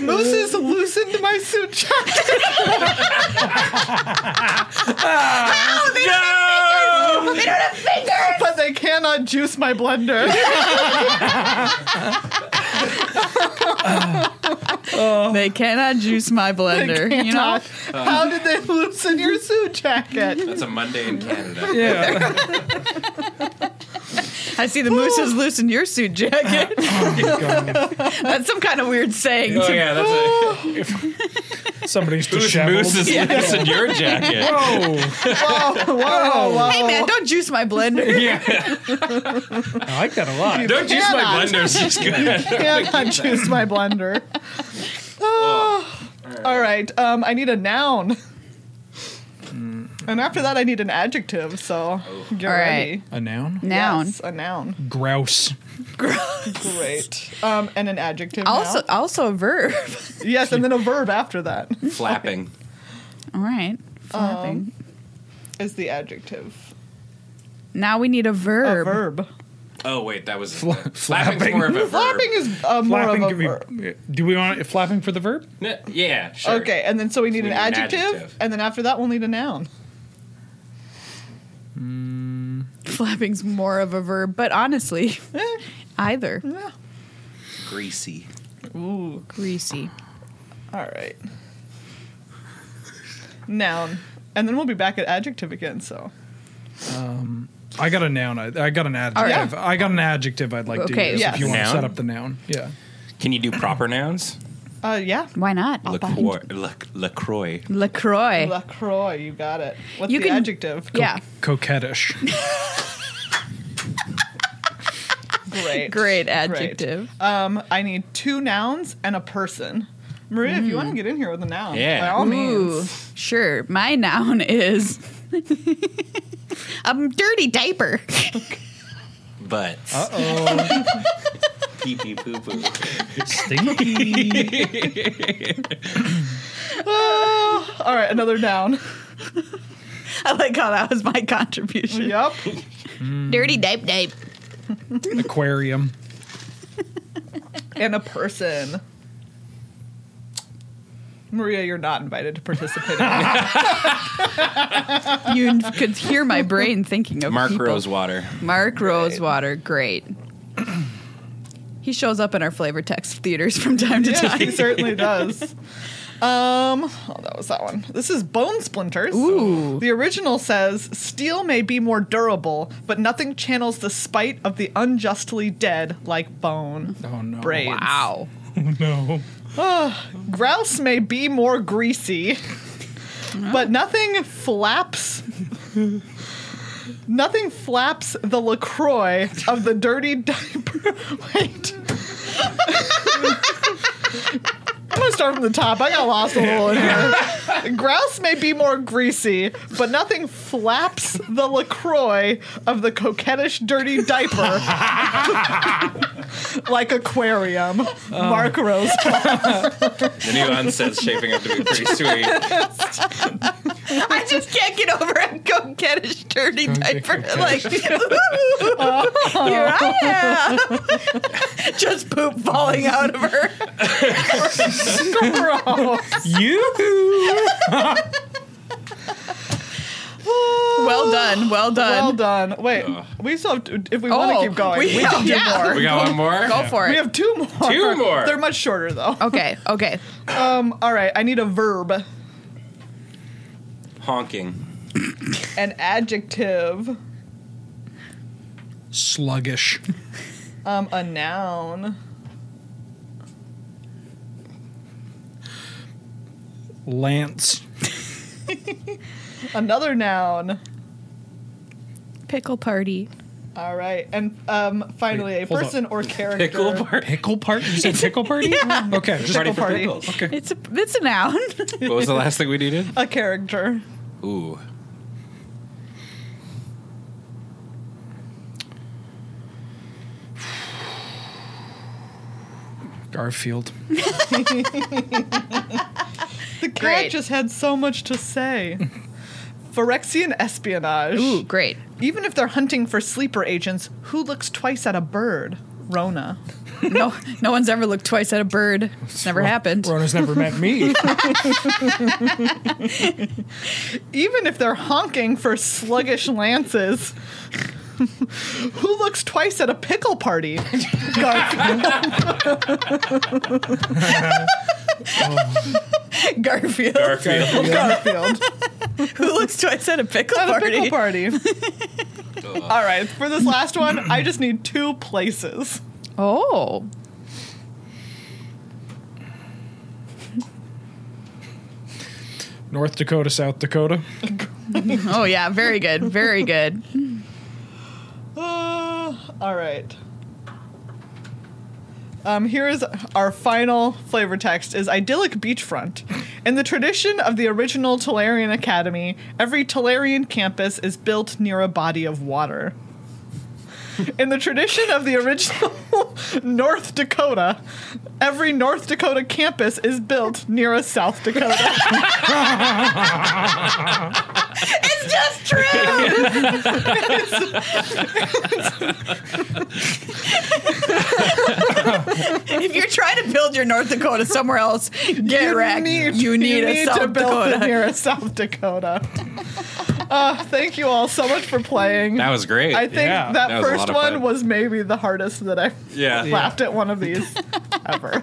Speaker 2: mooses loosened my suit jacket.
Speaker 4: No!
Speaker 2: But they cannot juice my blender. Oh.
Speaker 1: They cannot juice my blender. You know, Uh.
Speaker 2: How did they loosen your suit jacket?
Speaker 4: That's a Monday in Canada.
Speaker 3: Yeah.
Speaker 1: I see the moose has loosened your suit jacket. That's some kind of weird saying.
Speaker 4: Oh
Speaker 1: to-
Speaker 4: yeah, that's a
Speaker 3: Somebody's
Speaker 4: Moose,
Speaker 3: disheveled.
Speaker 4: Moose is loose in your jacket.
Speaker 3: oh,
Speaker 2: Whoa, whoa.
Speaker 1: Hey man, don't juice my blender.
Speaker 3: yeah. I like that a lot.
Speaker 4: Don't juice my
Speaker 2: cannot.
Speaker 4: blenders. It's good.
Speaker 2: cannot choose my blender. Oh. All right, um, I need a noun. And after that, I need an adjective, so get
Speaker 1: All right.
Speaker 2: ready.
Speaker 3: A noun?
Speaker 1: Noun.
Speaker 2: Yes, a noun.
Speaker 3: Grouse.
Speaker 2: Great. Um, and an adjective. now.
Speaker 1: Also, also a verb.
Speaker 2: yes, and then a verb after that
Speaker 4: Flapping.
Speaker 1: All right.
Speaker 2: Um,
Speaker 1: Flapping.
Speaker 2: is the adjective.
Speaker 1: now we need a verb.
Speaker 2: A verb.
Speaker 4: Oh wait, that was
Speaker 3: Fla-
Speaker 4: flapping's
Speaker 3: flapping.
Speaker 4: more of a verb.
Speaker 2: Flapping is uh, more
Speaker 3: Flapping
Speaker 2: of a
Speaker 3: can be-
Speaker 2: verb.
Speaker 3: Do we want it flapping for the verb?
Speaker 4: N- Yeah, sure.
Speaker 2: Okay, and then so we need, an,
Speaker 4: We need an
Speaker 2: adjective,
Speaker 4: adjective.
Speaker 2: and then after that we'll need a noun.
Speaker 1: Flapping's more of a verb, but honestly,
Speaker 2: Eh,
Speaker 1: either
Speaker 2: yeah.
Speaker 4: Greasy.
Speaker 2: Ooh.
Speaker 1: greasy.
Speaker 2: All right. Noun, and then we'll be back at adjective again. So
Speaker 3: I got a noun. I, I got an adjective. I got an adjective I'd like
Speaker 1: Oh, Okay,
Speaker 3: to use
Speaker 2: yes.
Speaker 3: if you want to
Speaker 4: Noun?
Speaker 3: set up the noun. Yeah.
Speaker 4: Can you do proper nouns?
Speaker 2: uh, yeah,
Speaker 1: Why not?
Speaker 4: Lacroix. Lac- Lacroix.
Speaker 1: Lacroix.
Speaker 2: Lacroix, you got it. What's
Speaker 1: You
Speaker 2: the
Speaker 1: can-
Speaker 2: adjective?
Speaker 1: yeah.
Speaker 3: Coquettish.
Speaker 2: Great,
Speaker 1: Great
Speaker 2: Great.
Speaker 1: adjective.
Speaker 2: Um, I need two nouns and a person. Maria,
Speaker 1: Mm.
Speaker 2: if you want to get in here with a noun,
Speaker 4: Yeah.
Speaker 2: by all
Speaker 1: Ooh,
Speaker 2: means.
Speaker 1: sure. My noun is a dirty diaper.
Speaker 4: Butts.
Speaker 3: Uh oh.
Speaker 4: Pee pee poo poo.
Speaker 3: Stinky.
Speaker 2: Ah, all right, another noun.
Speaker 1: I like how that was my contribution.
Speaker 2: yep.
Speaker 1: Dirty diaper diaper.
Speaker 3: Aquarium.
Speaker 2: and a person. Maria, you're not invited to participate. in this.
Speaker 1: You could hear my brain thinking of
Speaker 4: Mark
Speaker 1: people.
Speaker 4: Rosewater.
Speaker 1: Mark Rosewater, great. he shows up in our flavor text theaters from time to
Speaker 2: yes,
Speaker 1: time.
Speaker 2: he certainly does. Um, oh, that was that one. This is Bone Splinters.
Speaker 1: Ooh.
Speaker 2: The original says steel may be more durable, but nothing channels the spite of the unjustly dead like bone.
Speaker 3: Oh no.
Speaker 2: Braids.
Speaker 1: Wow.
Speaker 3: Oh no.
Speaker 2: Grouse may be more greasy, but nothing flaps. nothing flaps the LaCroix of the dirty diaper. Wait. I'm gonna start from the top. I got lost a little in here. Grouse may be more greasy, but nothing flaps the LaCroix of the coquettish dirty diaper like aquarium. Mark Rose.
Speaker 4: The new onset's shaping up to be pretty sweet.
Speaker 1: I just can't get over and go get his dirty diaper. Like, here I am. just poop falling out of her.
Speaker 3: You.
Speaker 1: Well done. Well done.
Speaker 2: Well done. Wait, we still have to, if we want to keep going, we, can do
Speaker 1: yeah.
Speaker 2: more.
Speaker 4: We got one more?
Speaker 1: Go for
Speaker 2: We
Speaker 1: it.
Speaker 2: have two more.
Speaker 4: Two more.
Speaker 2: They're much shorter though.
Speaker 1: okay. Okay.
Speaker 2: Um. All right. I need a verb,
Speaker 4: Honking.
Speaker 2: an adjective,
Speaker 3: Sluggish.
Speaker 2: um, a noun,
Speaker 3: Lance.
Speaker 2: another noun.
Speaker 1: Pickle party.
Speaker 2: All right, and um, finally
Speaker 3: Wait,
Speaker 2: a
Speaker 3: hold
Speaker 2: person
Speaker 3: on.
Speaker 2: or character.
Speaker 4: Pickle bar.
Speaker 3: Pickle party. You said pickle party. Okay. Just
Speaker 4: Party for
Speaker 2: party.
Speaker 4: pickles.
Speaker 3: okay.
Speaker 1: It's a it's a noun.
Speaker 4: What was the last thing we needed?
Speaker 2: A character.
Speaker 4: Ooh.
Speaker 3: Garfield.
Speaker 2: The cat
Speaker 1: Great.
Speaker 2: just had so much to say. Phyrexian espionage.
Speaker 1: Ooh, great.
Speaker 2: Even if they're hunting for sleeper agents, who looks twice at a bird? Rona.
Speaker 1: No, no one's ever looked twice at a bird. It's never happened.
Speaker 3: Rona's never met me.
Speaker 2: even if they're honking for sluggish lances. Who looks twice at a pickle party? Garfield.
Speaker 1: Garfield,
Speaker 4: Garfield.
Speaker 2: Garfield.
Speaker 1: who looks twice at a pickle
Speaker 2: At a
Speaker 1: party.
Speaker 2: pickle party. All right, for this last one, I just need two places.
Speaker 1: Oh,
Speaker 3: North Dakota, South Dakota.
Speaker 1: oh yeah, very good, very good.
Speaker 2: Uh, all right. Um, here is our final flavor text is idyllic beachfront. In the tradition of the original Tolarian Academy, every Tolarian campus is built near a body of water. In the tradition of the original North Dakota, every North Dakota campus is built near a South Dakota.
Speaker 1: It's just true. if you're trying to build your North Dakota somewhere else, get wrecked. you need a South
Speaker 2: it
Speaker 1: Dakota.
Speaker 2: near a South Dakota. uh, thank you all so much for playing.
Speaker 4: That was great.
Speaker 2: I think
Speaker 3: Yeah.
Speaker 2: that,
Speaker 4: That was a lot
Speaker 2: first
Speaker 4: of
Speaker 2: one
Speaker 4: fun.
Speaker 2: was maybe the hardest that I
Speaker 4: yeah.
Speaker 2: laughed at one of these ever.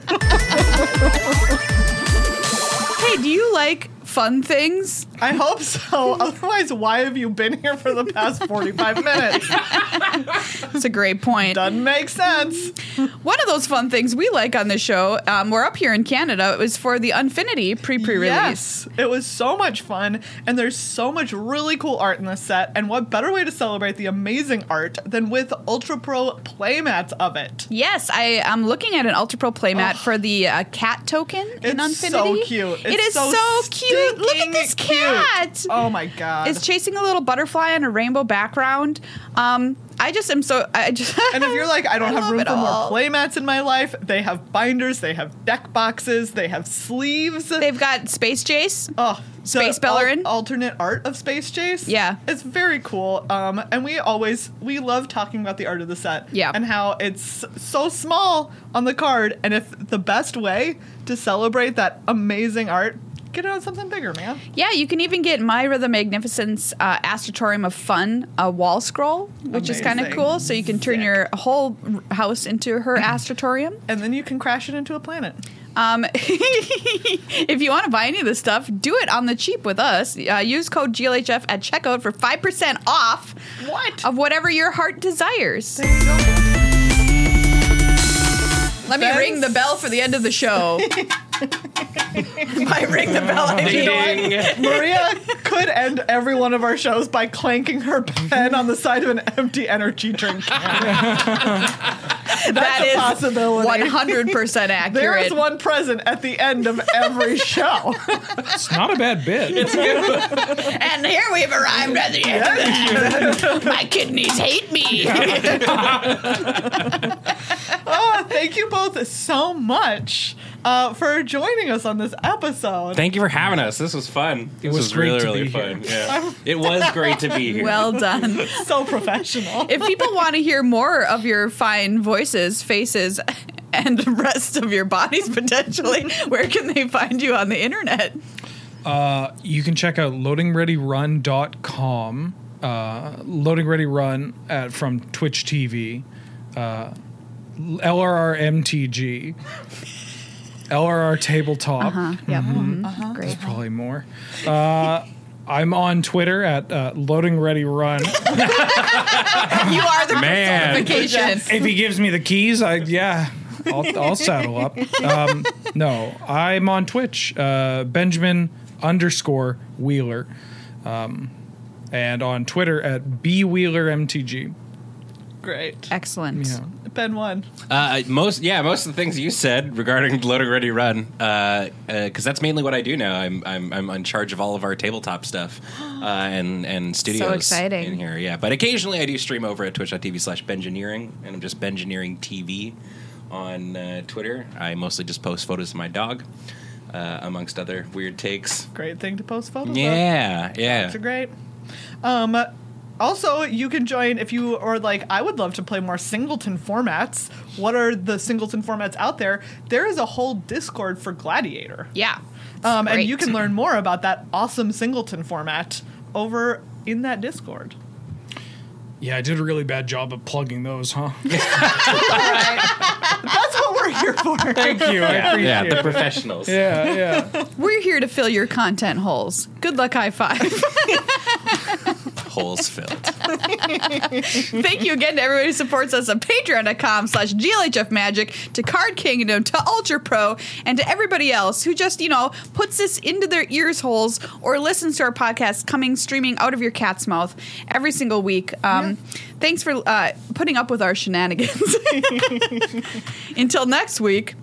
Speaker 1: Hey, do you like fun things?
Speaker 2: I hope so. Otherwise, why have you been here for the past 45 minutes?
Speaker 1: That's a great point.
Speaker 2: Doesn't make sense.
Speaker 1: One of those fun things we like on the show, um, we're up here in Canada. It was for the Unfinity pre pre release.
Speaker 2: Yes, it was so much fun, and there's so much really cool art in this set. And what better way to celebrate the amazing art than with Ultra Pro playmats of it?
Speaker 1: Yes, I am looking at an Ultra Pro playmat for the uh, cat token in
Speaker 2: It's
Speaker 1: Unfinity.
Speaker 2: so
Speaker 1: it
Speaker 2: cute. It's
Speaker 1: is
Speaker 2: so
Speaker 1: so, cute. Look at
Speaker 2: stinking
Speaker 1: this
Speaker 2: cute.
Speaker 1: cat.
Speaker 2: Oh my god!
Speaker 1: It's chasing a little butterfly on a rainbow background. Um, I just am so. I just.
Speaker 2: and if you're like, I don't have
Speaker 1: love
Speaker 2: room
Speaker 1: it
Speaker 2: for
Speaker 1: all.
Speaker 2: more playmats in my life, they have binders, they have deck boxes, they have sleeves.
Speaker 1: They've got Space Jace.
Speaker 2: Oh,
Speaker 1: Space
Speaker 2: the al-
Speaker 1: Bellerin?
Speaker 2: alternate art of Space Chase.
Speaker 1: Yeah.
Speaker 2: it's very cool. Um, and we always we love talking about the art of the set.
Speaker 1: Yeah.
Speaker 2: and how it's so small on the card, and if the best way to celebrate that amazing art, get it on something bigger, man.
Speaker 1: Yeah, you can even get Myra the Magnificent's uh, Astrotorium of Fun uh, wall scroll, which is kind of
Speaker 2: Amazing.
Speaker 1: cool. So you can turn
Speaker 2: Sick.
Speaker 1: your whole r- house into her Astrotorium.
Speaker 2: And then you can crash it into a planet.
Speaker 1: Um, if you want to buy any of this stuff, do it on the cheap with us. Uh, use code GLHF at checkout for 5% off
Speaker 2: What?
Speaker 1: of whatever your heart desires.
Speaker 2: There you go.
Speaker 1: Let me
Speaker 2: Thanks.
Speaker 1: ring the bell for the end of the show. By ring the bell, I mean.
Speaker 2: Maria could end every one of our shows by clanking her pen on the side of an empty energy drink can.
Speaker 1: That
Speaker 2: a
Speaker 1: is
Speaker 2: possibility.
Speaker 1: 100% accurate.
Speaker 2: There is one present at the end of every show.
Speaker 3: It's not a bad bit.
Speaker 1: And here we've arrived at the end. of the- My kidneys hate me.
Speaker 2: oh, thank you both so much uh, for joining us on this episode.
Speaker 4: Thank you for having us. This was fun. It this
Speaker 3: was great
Speaker 4: really,
Speaker 3: to
Speaker 4: really
Speaker 3: be
Speaker 4: fun. Yeah. it was great to be here.
Speaker 1: well done.
Speaker 2: so professional.
Speaker 1: If people want to hear more of your fine voices, faces, and the rest of your bodies potentially, where can they find you on the internet?
Speaker 3: you can check out loadingreadyrun.com, uh, Loading Ready Run at, from Twitch TV, uh, LRRMTG, LRR Tabletop.
Speaker 1: Yeah, Mm-hmm. great.
Speaker 3: Probably more. Uh, I'm on Twitter at uh, Loading Ready Run.
Speaker 1: You are the
Speaker 4: Man.
Speaker 1: personification.
Speaker 3: if he gives me the keys, I yeah, I'll, I'll saddle up. Um, no, I'm on Twitch, uh, Benjamin underscore Wheeler, um, and on Twitter at b Wheeler MTG.
Speaker 2: Great.
Speaker 1: Excellent.
Speaker 3: Yeah.
Speaker 2: Ben won.
Speaker 4: Uh, most yeah, most of the things you said regarding loading ready run, because uh, uh 'cause that's mainly what I do now. I'm I'm I'm in charge of all of our tabletop stuff uh, and and studios.
Speaker 1: exciting.
Speaker 4: in here, yeah. But occasionally I do stream over at Twitch.tv/slash Bengineering, and I'm just Bengineering TV on uh, Twitter. I mostly just post photos of my dog, uh, amongst other weird takes.
Speaker 2: Great thing to post photos of.
Speaker 4: Yeah, yeah.
Speaker 2: Those are great. Um, also, you can join if you or like. I would love to play more singleton formats. What are the singleton formats out there? There is a whole Discord for Gladiator,
Speaker 1: Yeah.
Speaker 2: um, and
Speaker 1: Great.
Speaker 2: you can learn more about that awesome singleton format over in that Discord.
Speaker 3: Yeah, I did a really bad job of plugging those, huh?
Speaker 2: That's what we're here for.
Speaker 3: Thank you. I
Speaker 4: Yeah,
Speaker 3: appreciate
Speaker 4: yeah, the
Speaker 3: it.
Speaker 4: professionals.
Speaker 3: Yeah, yeah.
Speaker 1: We're here to fill your content holes. Good luck, high five.
Speaker 4: Holes filled.
Speaker 1: Thank you again to everyone who supports us at patreon.com slash GLHF Magic, to Card Kingdom, to Ultra Pro, and to everybody else who just, you know, puts this into their ears holes or listens to our podcast coming streaming out of your cat's mouth every single week. Um, Thanks for uh, putting up with our shenanigans. Until next week.